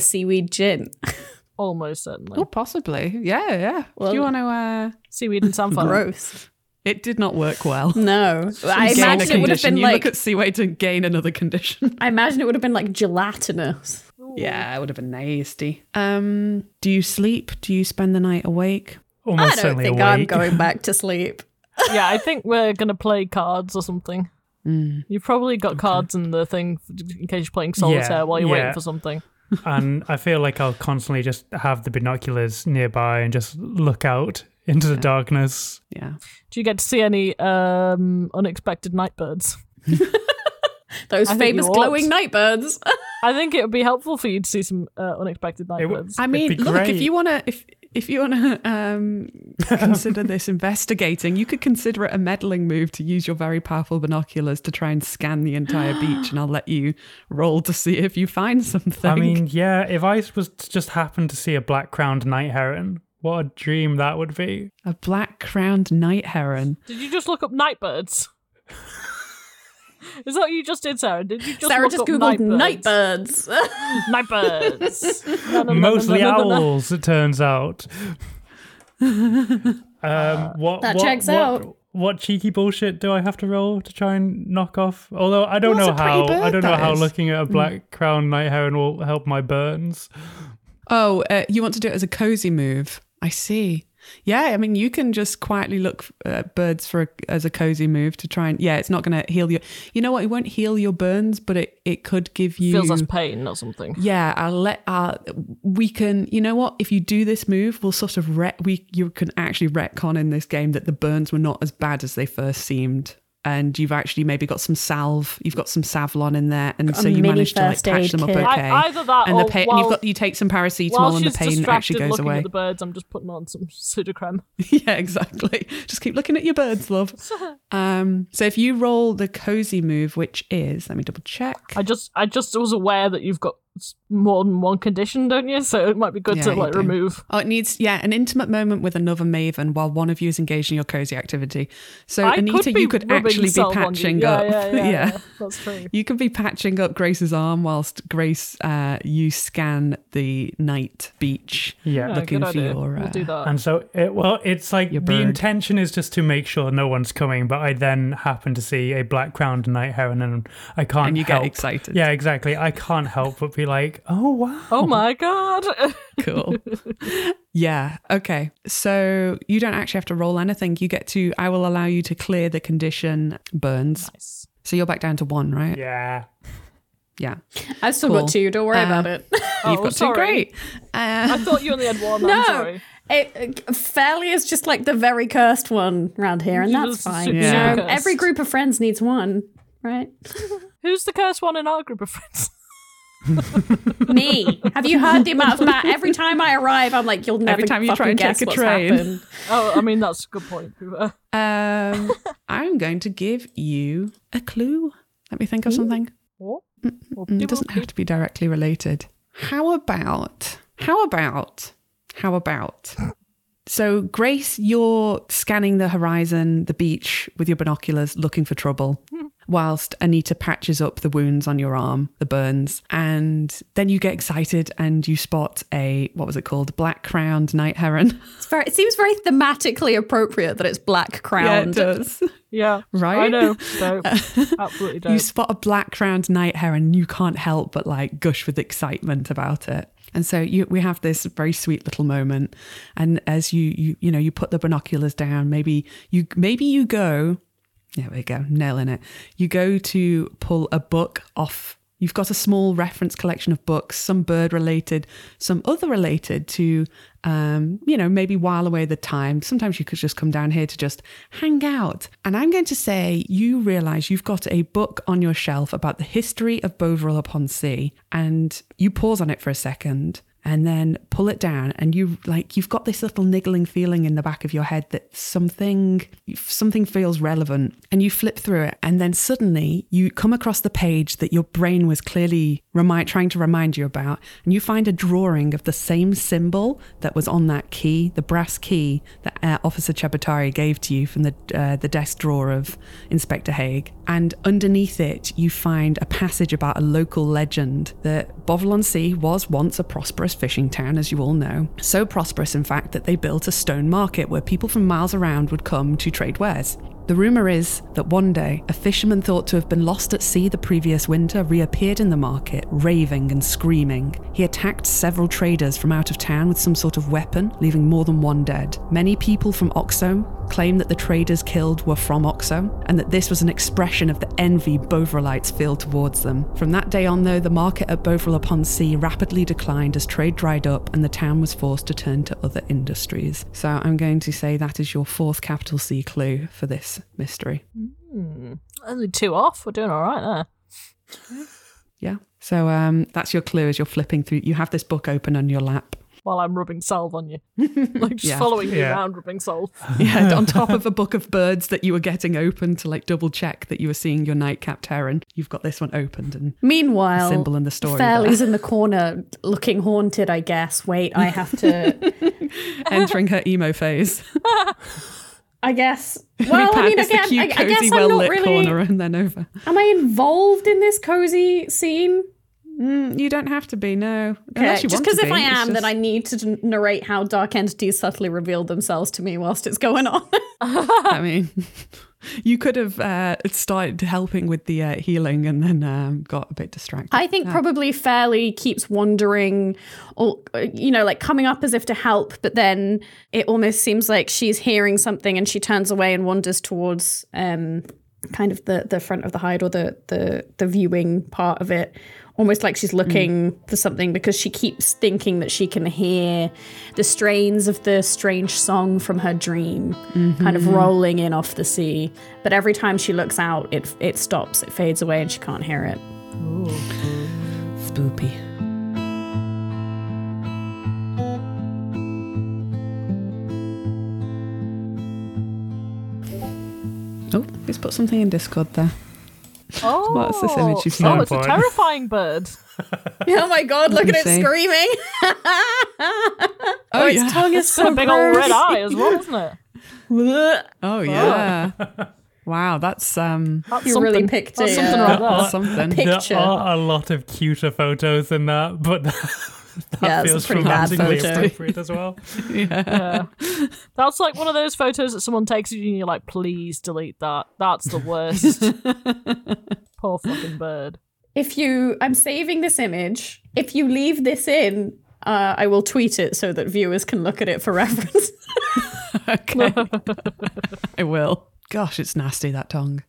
[LAUGHS]
seaweed gin?
almost certainly.
Oh, possibly. Yeah, yeah. Do
Well-
you want to? Uh...
Seaweed and samphire.
Gross.
It did not work well. [LAUGHS]
No. I
Gain a
imagine it would have
condition.
been
you
like
look at Seaway to gain another condition.
I imagine it would have been like gelatinous.
[LAUGHS] yeah, it would have been nasty. Um, do you sleep? Do you spend the night awake?
Almost
I don't
certainly
think I'm
[LAUGHS]
awake.
going back to sleep.
yeah, I think we're going to play cards or something.
Hmm.
You've probably got cards in the thing f- in case you're playing solitaire while you're
yeah.
waiting for something.
and I feel like I'll constantly just have the binoculars nearby and just look out into the darkness.
Yeah.
Do you get to see any um, unexpected nightbirds?
Those
I think
famous
you ought.
glowing nightbirds.
I think it would be helpful for you to see some uh, unexpected
It w-
nightbirds.
I mean,
be
look,
great.
if you want to, if if you want to [LAUGHS] um, consider this investigating, you could consider it a meddling move to use your very powerful binoculars to try and scan the entire beach, and I'll let you roll to see if you find something.
I mean, yeah, if I was to just happen to see a black crowned night heron, what a dream that
[LAUGHS]
would be.
a black crowned night heron.
Did you just look up nightbirds? [LAUGHS] Is that what you just did, Sarah? Did you just
Sarah
look
just
up
googled
nightbirds?
nightbirds.
[LAUGHS]
Nightbirds. No, no,
[LAUGHS]
no,
Mostly
no, no, no, no.
owls, it turns out.
Uh,
um, what,
That
what-
checks
what-
out.
What cheeky bullshit do I have to roll to try and knock off? Although I don't
Well,
know
it's a pretty
how. I
bird,
don't know
that
how
is. Mm.
looking at a black crowned night heron will help my burns.
Oh, uh, you want to do it as a cozy move? I see. Yeah, I mean, you can just quietly look at birds for a, as a cozy move to try and. Yeah, it's not going to heal you. You know what? It won't heal your burns, but it, it could give you.
Feels less pain or something.
yeah, I'll let. Uh, we can. You know what? If you do this move, we'll sort of ret. We you can actually retcon in this game that the burns were not as bad as they first seemed, and you've actually maybe got some salve. You've got some Savlon in there, and
a
so you
mini
managed to like
first
patch
aid
them up
kit.
okay.
I- either that
and
or
the pain.
while-
and you've got you take some
While
paracetamol, and
she's
the pain
distracted
actually goes
looking
away.
at the birds, I'm just putting on some pseudocreme.
[LAUGHS] Yeah, exactly. Just keep looking at your birds,
[LAUGHS]
love. Um, so if you roll the cozy move, which is, let me double check.
I just, I just was aware that you've got s- more than one condition, don't you? So it might be good
Yeah,
to
you
like
do.
remove.
Oh, it needs yeah an intimate moment with another maven while one of you is engaged in your cozy activity. So
I
Anita,
be
you could
rubbing
actually be
salve on you.
patching
yeah,
up. [LAUGHS]
Yeah, yeah, yeah, that's true.
You could be patching up Grace's arm whilst Grace, uh, you scan the night beach,
Yeah.
Yeah,
looking
good
for
idea.
your. Uh,
we'll do that.
And so, it, well, it's like
Your
the
bird.
intention is just to make sure no one's coming, but I then happen to see a black crowned night heron and I can't
And you get
help.
excited.
Yeah, exactly. I can't help but be like, oh, wow.
oh my
[LAUGHS]
god! [LAUGHS]
cool. yeah. Okay. So you don't actually have to roll anything. You get to, I will allow you to clear the condition burns.
Nice.
So you're back down to one, right?
Yeah.
Yeah.
I've still
Cool.
got two, don't worry
Uh,
about [LAUGHS] it.
You've got
Oh,
two.
sorry.
Great.
I
Uh,
thought you only had one.
No.
I'm sorry.
oh, It, uh, Fairly is just like the very cursed one round here, and
She's
that's
just a
fine.
super
Yeah.
You know,
cursed.
every group of friends needs one, right?
Who's the cursed one in our group of friends? [LAUGHS]
Me. Have you heard the amount of Matt? Every time I arrive, I'm like, you'll never
Every time you try
fucking
and
guess
take a
what's
train.
happened.
oh, I mean that's a good point. to be fair.
um, I'm going to give you a clue. Let me think of something.
What?
Mm, It doesn't have to be directly related. How about, how about, how about? So, Grace, you're scanning the horizon, the beach with your binoculars, looking for trouble, whilst Anita patches up the wounds on your arm, the burns. And then you get excited and you spot a, what was it called? Black crowned night heron.
It's very, it seems very thematically appropriate that it's black crowned.
does.
Yeah. I
Right?
know.
[LAUGHS]
Dope. Absolutely dope.
You spot a black crowned night heron, and you can't help but like gush with excitement about it. And so you, we have this very sweet little moment, and as you you you know you put the binoculars down, maybe you maybe you go, there we go, nailing it. You go to pull a book off You've got a small reference collection of books, some bird related, some other related to, um, you know, maybe while away the time. Sometimes you could just come down here to just hang out. And I'm going to say you realize you've got a book on your shelf about the history of Bovril upon Sea, and you pause on it for a second and then pull it down and you like you've got this little niggling feeling in the back of your head that something something feels relevant and you flip through it and then suddenly you come across the page that your brain was clearly remind, trying to remind you about and you find a drawing of the same symbol that was on that key the brass key that uh, officer Chebatari gave to you from the uh, the desk drawer of Inspector Haig and underneath it you find a passage about a local legend that Bovalon was once a prosperous fishing town, as you all know. So prosperous, in fact, that they built a stone market where people from miles around would come to trade wares. The rumour is that one day, a fisherman thought to have been lost at sea the previous winter reappeared in the market, raving and screaming. He attacked several traders from out of town with some sort of weapon, leaving more than one dead. Many people from Oxome claim that the traders killed were from Oxome, and that this was an expression of the envy Bovrilites feel towards them. From that day on, though, the market at Bovril upon Sea rapidly declined as trade dried up and the town was forced to turn to other industries. So I'm going to say that is your fourth capital C clue for this mystery.
Only two off. We're doing all right there.
Yeah. So um, that's your clue as you're flipping through. You have this book open on your lap.
While I'm rubbing
[LAUGHS]
salve on you, like just
Yeah.
following you
Yeah.
around, rubbing salve.
Yeah, on top of a book of birds that you were getting open to like double check that you were seeing your nightcap Terran. You've got this one opened
[LAUGHS]
and
Meanwhile,
The symbol and the story
Fairly's in the corner looking haunted, I guess. Wait, I have to.
entering her emo phase. [LAUGHS]
I guess. [LAUGHS] Well, I
Pat
mean,
is the
again,
cute,
I, I guess
cozy,
I'm
well
not
lit
really.
corner and then over.
Am I involved in this cozy scene?
Mm, you don't have to be, no.
Okay,
Unless you want
just
to
because if
be,
I
it's
am, then
just-
I need to d- narrate how dark entities subtly revealed themselves to me whilst it's going on. [LAUGHS]
I mean, [LAUGHS] you could have uh, started helping with the uh, healing and then um, got a bit distracted.
I think probably Fairly keeps wandering, or uh, you know, like coming up as if to help, but then it almost seems like she's hearing something and she turns away and wanders towards um, kind of the the front of the hide or the the the viewing part of it. Almost like she's looking for something because she keeps thinking that she can hear the strains of the strange song from her dream, kind of rolling in off the sea. But every time she looks out, it it stops, it fades away, and she can't hear it.
Spoopy. Oh, he's put something in Discord there.
Oh,
What's this image you've
Oh,
seen?
it's a
Point.
[LAUGHS]
terrifying bird.
Oh my god, look at
me
it
see.
screaming. [LAUGHS]
Oh,
its tongue is
It's got
[LAUGHS]
so
a big old red
gross.
eye as well,
[LAUGHS]
isn't it?
Oh
[LAUGHS]
yeah. wow, that's um
That's
You
something.
really picked
that's
a,
something
uh,
right there.
[LAUGHS] that's something.
Picture.
There are a lot of cuter photos than that, but [LAUGHS] that,
Yeah, it's a
feels
pretty bad
romantically
photo.
appropriate as well.
[LAUGHS]
Yeah. That's like one of those photos that someone takes of you and you're like, please delete that. That's
[LAUGHS]
the worst. Poor fucking bird.
If you, I'm saving this image. If you leave this in, uh, I will tweet it so that viewers can look at it for [LAUGHS] reference.
Okay.
[LAUGHS]
I will. Gosh, it's nasty that tongue.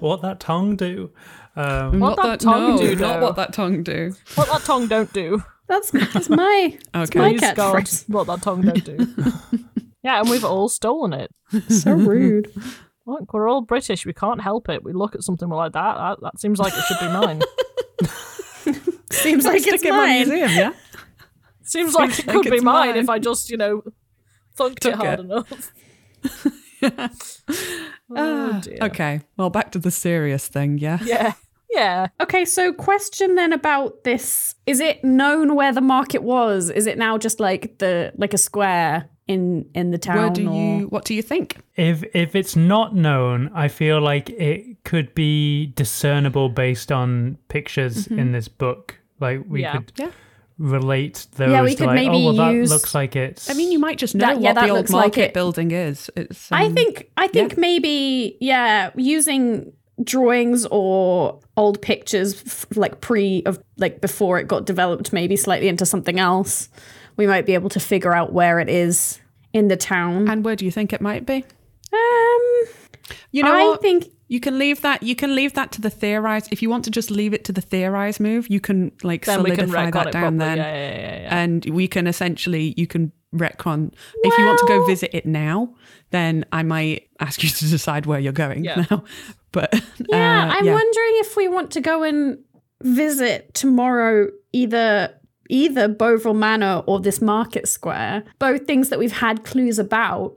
What that tongue do? Um,
What that tongue
no,
do,
Not
though?
what that tongue do.
What that tongue
[LAUGHS]
don't do.
that's, that's my.
Okay.
my
Please
cat
God,
friends.
what that tongue
[LAUGHS]
don't do. yeah, and we've all stolen it.
[LAUGHS]
So rude.
Look, we're all British. We can't help it. We look at something we're like that. That, that seems like it should
[LAUGHS]
be mine.
Seems like
Stick
it's
it in my
mine.
museum,
[LAUGHS]
yeah? [LAUGHS]
seems like it could be
it's
mine,
mine.
if I just, you know, thunked
Took
it hard
it. [LAUGHS]
enough. [LAUGHS]
Ah,
Oh, dear.
okay. Well, back to the serious thing, yeah?
Yeah. Yeah.
Okay, so question then about this: Is it known where the market was? Is it now just like the like a square in in the town?
Where do
or-
you what do you think?
if if it's not known, I feel like it could be discernible based on pictures in this book. Like we
Yeah.
could
Yeah.
relate those.
Yeah, we
to
could
like,
maybe
oh, well,
use-
that looks like it's.
I mean, you might just know
That-
what
yeah, that
the old
looks like
market
it.
building is. It's
I
um,
think I think maybe yeah, using drawings or old pictures f- like pre of like before it got developed maybe slightly into something else. We might be able to figure out where it is in the town.
and where do you think it might be?
Um
You know
I
what?
think
you can leave that. You can leave that to the theorize. If you want to just leave it to the theorize move, you can like
Then we
solidify
can wreck on
that
it
down
properly.
then,
Yeah, yeah, yeah, yeah.
and we can essentially you can retcon. if you want to go
Well-
visit it now, then I might ask you to decide where you're going
Yeah.
[LAUGHS] now. But
Yeah,
uh,
I'm wondering if we want to go and visit tomorrow either either Bovril Manor or this market square. Both things that we've had clues about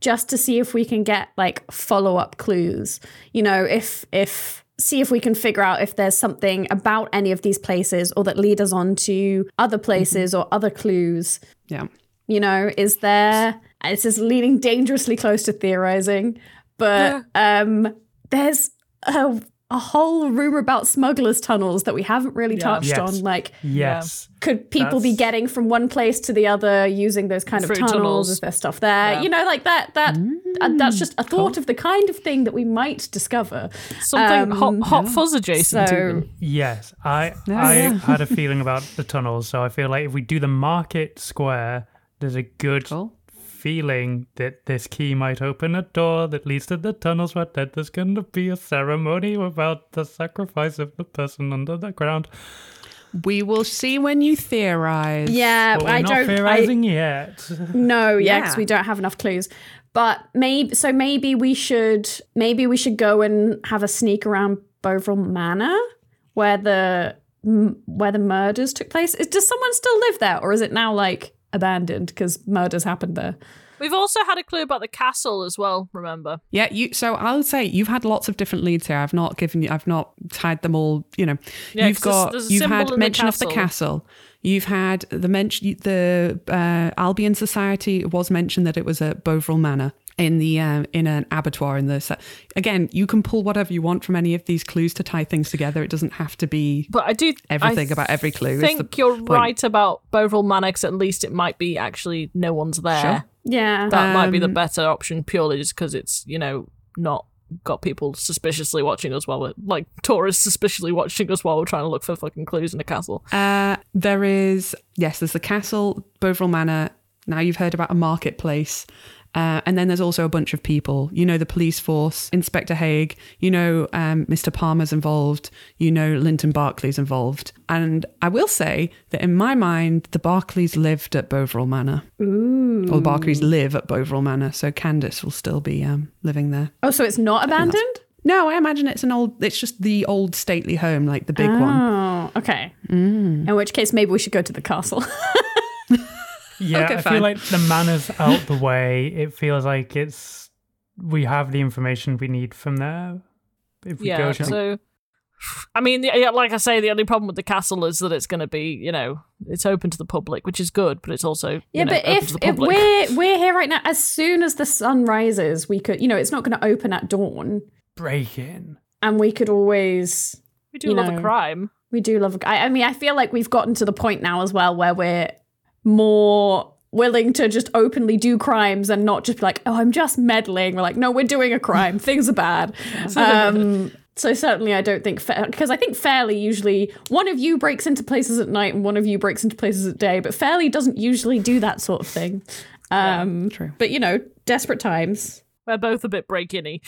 just to see if we can get like follow-up clues. You know, if if see if we can figure out if there's something about any of these places or that lead us on to other places or other clues.
yeah.
You know, is there? This is leaning dangerously close to theorizing, but um, there's a, a whole rumor about smugglers' tunnels that we haven't really
Yeah.
touched
Yes.
on. Like,
Yes.
could people be
That's-
getting from one place to the other using those kind of
Through
tunnels?
tunnels.
Is there stuff there?
Yeah.
You know, like that. That uh, that's just
Mm,
a thought of the kind of thing that we might discover.
Something
Um,
hot, hot fuzz adjacent.
So
even.
Yes, I
Yeah,
I
yeah.
had a feeling about the tunnels, so I feel like if we do the market square, there's a good
Cool.
feeling that this key might open a door that leads to the tunnels where then there's going to be a ceremony about the sacrifice of the person under the ground.
We will see when you theorize.
yeah,
But we're
I
not
don't. I,
theorizing
[LAUGHS]
yet.
No, yeah, because
Yeah.
we don't have enough clues. But maybe so maybe we should maybe we should go and have a sneak around Bovril Manor where the m- where the murders took place. Is, does someone still live there, or is it now like abandoned because murders happened there?
We've also had a clue about the castle as well. Remember?
Yeah, you. So I'll say you've had lots of different leads here. I've not given you. I've not tied them all. You know,
Yeah,
you've
'cause there's-
got.
there's a
you've
symbol
had
in the
mention of the castle. You've had the mention. The uh, Albion Society it was mentioned that it was at Bovril Manor in the um, in an abattoir in the. se- Again, you can pull whatever you want from any of these clues to tie things together. It doesn't have to be
But I do I
everything about every clue. is the
think you're
point.
right about Bovril Mannix. At least it might be actually no one's there.
Sure.
Yeah,
That might be the better option purely just because it's you know not got people suspiciously watching us while we're like tourists suspiciously watching us while we're trying to look for fucking clues in a castle.
Uh, there is yes, there's the castle, Bovril Manor. Now you've heard about a marketplace, uh, and then there's also a bunch of people. You know the police force, Inspector Haig. You know um, Mr. Palmer's involved. You know Linton Barclay's involved. And I will say that in my mind, the Barclays lived at Bovril Manor,
Ooh.
or the Barclays live at Bovril Manor. So Candace will still be um, living there.
Oh, so it's not abandoned.
No, I imagine it's an old. It's just the old stately home, like the big one.
Oh, okay. In which case, maybe we should go to the castle. [LAUGHS]
Yeah,
Okay,
I
fine.
feel like the manor's out the way. It feels like it's we have the information we need from there. If we
Yeah.
go to
So I mean, the- yeah, like I say, the only problem with the castle is that it's going to be you know it's open to the public, which is good, but it's also you
Yeah,
know,
but
open
if,
to the
if
public.
we're we're here right now, as soon as the sun rises, we could, you know, it's not going to open at dawn,
break in.
and we could always
we do
you
love
know.
a crime.
we do love. I, I mean, I feel like we've gotten to the point now as well where we're more willing to just openly do crimes and not just be like, oh, I'm just meddling. We're like, no, we're doing a crime. Things are bad. Um, so certainly, I don't think because I think fairly usually one of you breaks into places at night and one of you breaks into places at day, but fairly doesn't usually do that sort of thing. Um,
True.
But you know, desperate times.
We're both a bit break inny.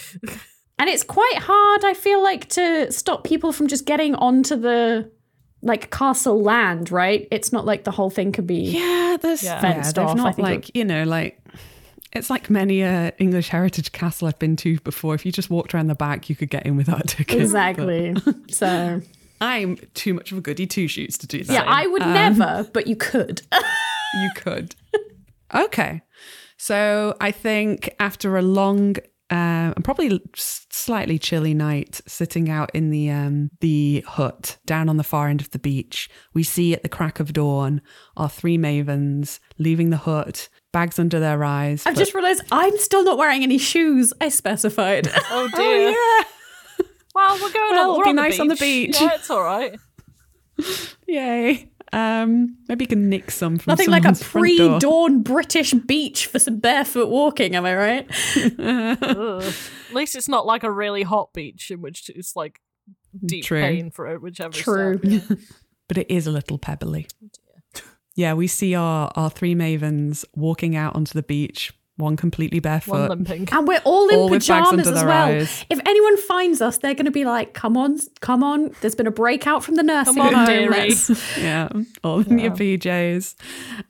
And it's quite hard, I feel like, to stop people from just getting onto the like castle land, right? It's not like the whole thing could be.
Yeah, Ah, there's
Yeah.
yeah,
Fenced
they've
off, I
not
think it
like you know like it's like many a English heritage castle I've been to before. If you just walked around the back, you could get in without [LAUGHS] a ticket. [LAUGHS]
Exactly. so
But I'm too much of a goody two shoes to do that.
yeah, I
Um,
would never, but you could.
you could. Okay, so I think after a long. Um, and probably s- slightly chilly night, sitting out in the um, the hut down on the far end of the beach. We see at the crack of dawn our three mavens leaving the hut, bags under their eyes.
I've
but-
just realised I'm still not wearing any shoes. I specified. [LAUGHS]
[LAUGHS] Oh dear.
yeah.
Well, we're going
Well,
on.
it'd
We're
be
on
nice
the
on the beach.
Yeah, it's all right.
Yay. Um, maybe you can nick some from
Nothing like a
someone's front door.
pre-dawn British beach for some barefoot walking. Am I right?
Ugh. At least it's not like a really hot beach in which it's like deep
True.
pain for whichever.
True.
[LAUGHS]
side, yeah.
but it is a little
Oh,
pebbly. Yeah, we see our, our three mavens walking out onto the beach, one completely
One
barefoot.
limping.
And we're all in
All with bags
pajamas
under
as
their
well.
eyes.
If anyone finds us, they're going to be like, "Come on, come on! There's been a breakout from the nursing [LAUGHS]
on,
home.
dearie."
Let's-
yeah, all in your PJs.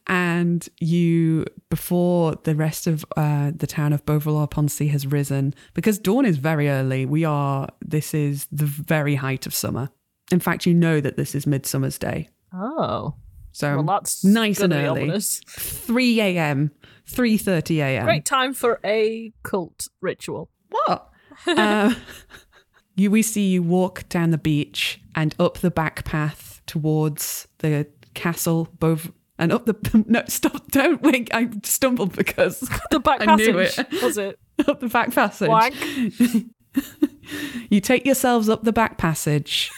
And you, before the rest of uh, the town of Beauvoir upon Sea has risen, because dawn is very early, we are, this is the very height of summer. In fact, you know that this is Midsummer's Day.
Oh,
So
well, that's
um, nice and
gonna be
early.
ominous.
3 a.m., 3.30 a.m.
Great time for a cult ritual.
What? um, you, we see you walk down the beach and up the back path towards the castle, both and up the [LAUGHS] no stop don't wink I stumbled because [LAUGHS]
The back
I knew [LAUGHS]
passage was it?
up the back passage
Wank.
you take yourselves up the back passage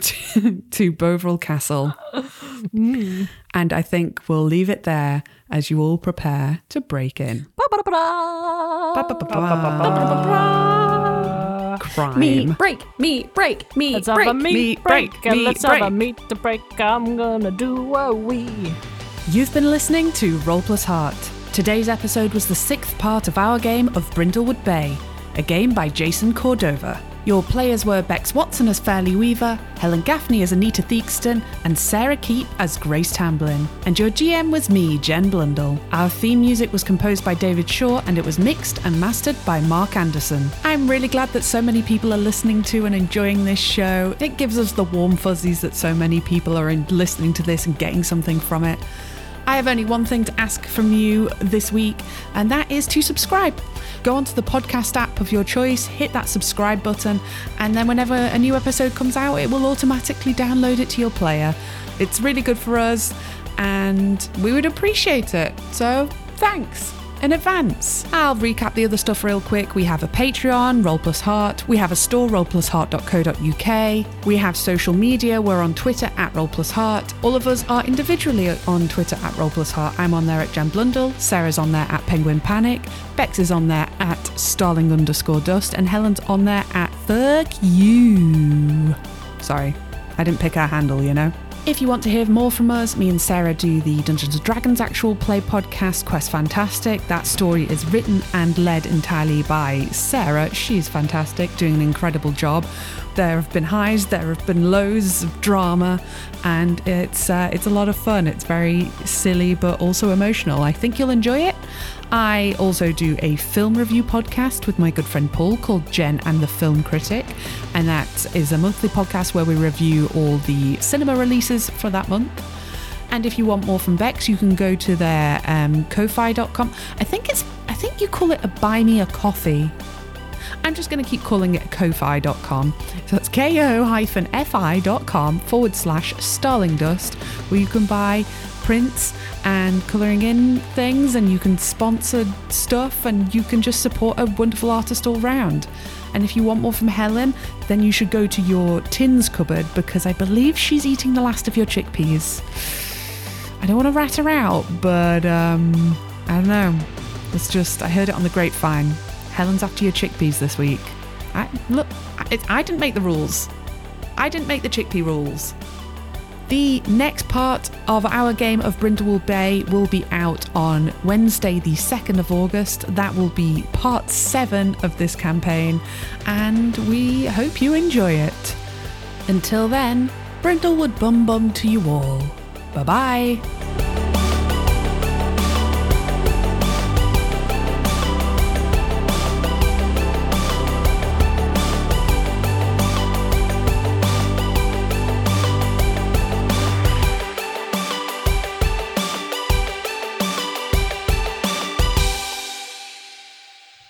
to, to Bovril Castle and I think we'll leave it there as you all prepare to break in
Ba-ba-da-ba-da.
crime
me break, me break, me
Let's
break.
have a meat,
meat
break,
break,
and
meat
let's have a
break.
meat to break. I'm gonna do a wee.
You've been listening to Roll Plus Heart. Today's episode was the sixth part of our game of Brindlewood Bay, a game by Jason Cordova. Your players were Bex Watson as Fairly Weaver, Helen Gaffney as Anita Theakston, and Sarah Keep as Grace Tamblin. And your GM was me, Jen Blundell. Our theme music was composed by David Shaw and it was mixed and mastered by Mark Anderson. I'm really glad that so many people are listening to and enjoying this show. It gives us the warm fuzzies that so many people are in listening to this and getting something from it. I have only one thing to ask from you this week, and that is to subscribe. Go onto the podcast app of your choice, hit that subscribe button, and then whenever a new episode comes out, it will automatically download it to your player. It's really good for us, and we would appreciate it. So, thanks in advance. I'll recap the other stuff real quick. We have a Patreon, Roll Plus Heart. We have a store, rollplusheart.co.uk. We have social media. We're on Twitter at Roll Plus Heart. All of us are individually on Twitter at Roll Plus Heart. I'm on there at Jen Blundell. Sarah's on there at Penguin Panic. Bex is on there at Starling underscore Dust. And Helen's on there at Fuck You. Sorry. I didn't pick our handle, you know? If you want to hear more from us, me and Sarah do the Dungeons & Dragons actual play podcast, Quest Fantastic. That story is written and led entirely by Sarah. She's fantastic, doing an incredible job. There have been highs, there have been lows of drama, and it's uh, it's a lot of fun. It's very silly but also emotional. I think you'll enjoy it. I also do a film review podcast with my good friend Paul called Jen and the Film Critic. And that is a monthly podcast where we review all the cinema releases for that month. And if you want more from Bex, you can go to their um, ko-fi.com. I think it's, I think you call it a buy me a coffee. I'm just going to keep calling it ko-fi.com. So that's ko-fi.com forward slash starling dust, where you can buy prints and colouring in things and you can sponsor stuff and you can just support a wonderful artist all round. And if you want more from Helen, then you should go to your tins cupboard because I believe she's eating the last of your chickpeas. I don't want to rat her out, but um, I don't know. It's just I heard it on the grapevine. Helen's after your chickpeas this week. I, look, I, it, I didn't make the rules. I didn't make the chickpea rules. The next part of our game of Brindlewood Bay will be out on Wednesday, the 2nd of August. That will be part seven of this campaign, and we hope you enjoy it. Until then, Brindlewood Bum Bum to you all. Bye bye.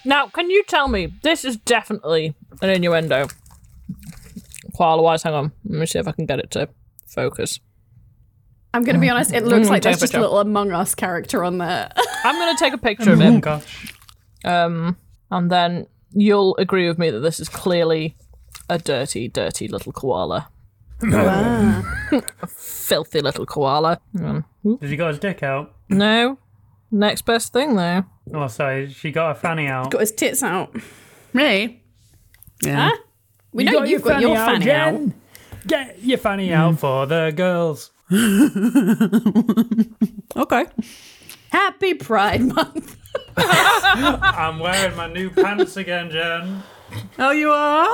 Now, can you tell me? This is definitely an innuendo. Koala wise, hang on. Let me see if I can get it to focus.
I'm going to be honest. It looks like there's just a
Temperature.
little Among Us character on there.
I'm gonna take a picture of
Oh
it,
gosh.
um, and then you'll agree with me that this is clearly a dirty, dirty little koala, [LAUGHS] filthy little koala. Hang on. Oop.
Has he got his dick out?
No, next best thing though.
Oh, sorry. She got her fanny out.
Got his tits out.
Really? Yeah.
Huh? We know you've got your fanny out.
Get your Hmm. fanny out for the girls.
Okay.
Happy Pride Month. Ah.
I'm wearing my new pants again, Jen.
Oh, you are?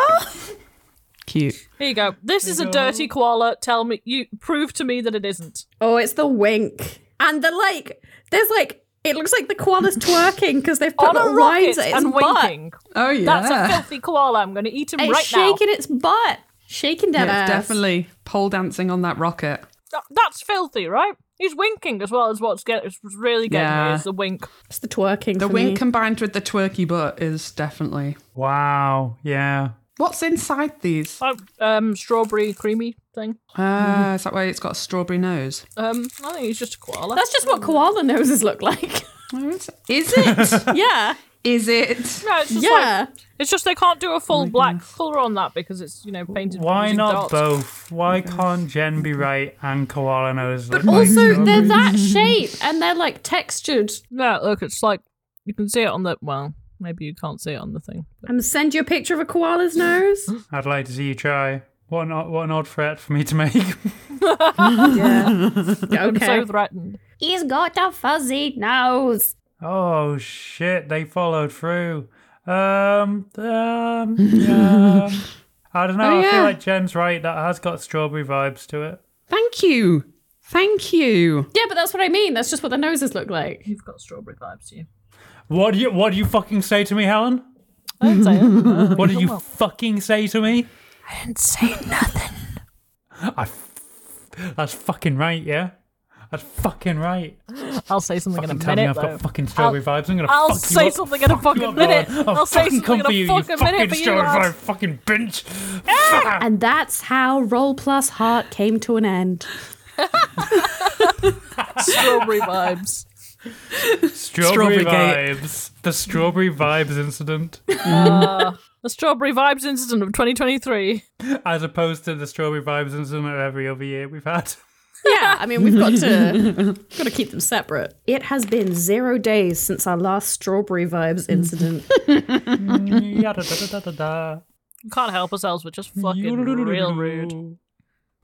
Cute.
Here you go. This is a
go.
dirty koala. Tell me, you prove to me that it isn't.
Oh, it's the wink. And the like, there's like, it looks like the koala's twerking because they've put
On a
little lines
rocket
at its
and
butt.
winking.
Oh, yeah.
That's a filthy koala. I'm going to eat him
It's
right
shaking its butt. Shaking
Yeah,
that ass.
definitely pole dancing on that rocket.
now. Th- That's filthy, right? He's winking as well as what's get, is really getting me
Yeah.
is the wink.
It's the twerking.
The
for
wing
me.
combined with the twerky butt is definitely.
Wow. Yeah.
What's inside these?
Uh, um, strawberry creamy thing.
Ah, is that why it's got a strawberry nose?
Um, I think he's just a koala.
That's just what koala noses look like.
Where is it? Is it?
yeah.
[LAUGHS] is it?
no, it's just
yeah.
like it's just they can't do a full black color on that because it's you know painted.
Why
using
not
dots.
both? Why can't Jen be right and Koala Nose? But
also, they're that shape and they're like textured.
No, look, it's like you can see it on the. Well, maybe you can't see it on the thing.
I'm gonna send you a picture of a koala's nose.
I'd like to see you try. What an, odd- what an odd threat for me to make. [LAUGHS]
yeah.
I'm
Okay.
so threatened.
He's got a fuzzy nose.
oh shit! They followed through. Um. Um. yeah. I don't know.
Oh,
I
yeah.
feel like Jen's right. That has got strawberry vibes to it.
Thank you. Thank you.
Yeah, but that's what I mean. That's just what the noses look like.
You've got strawberry vibes to you.
What do you What do you fucking say to me, Helen?
I didn't say [LAUGHS] it.
What did you fucking say to me?
I didn't say nothing.
I. F- that's fucking right. Yeah. That's fucking right.
I'll say something
fucking
in a
tell me
minute.
I've
though.
got fucking strawberry vibes. I'm gonna
I'll
fuck you
say
up.
something in a
Fuck
fucking
you up,
minute.
Alan.
I'll say
fucking come
something in
for
a
you, you
fucking
fucking
minute for you,
strawberry vibe
lads.
fucking bitch.
And that's how Roll Plus Heart came to an end.
Strawberry vibes.
Strawberry
Strawberry gate.
vibes. The strawberry vibes incident,
The strawberry vibes incident of 2023.
as opposed to the strawberry vibes incident of every other year we've
[LAUGHS]
had. [LAUGHS]
Yeah, I mean we've got to got to keep them separate. It has been zero days since our last strawberry vibes incident.
Yada da da da da da.
We can't help ourselves. We're just fucking real rude.
Yulululu.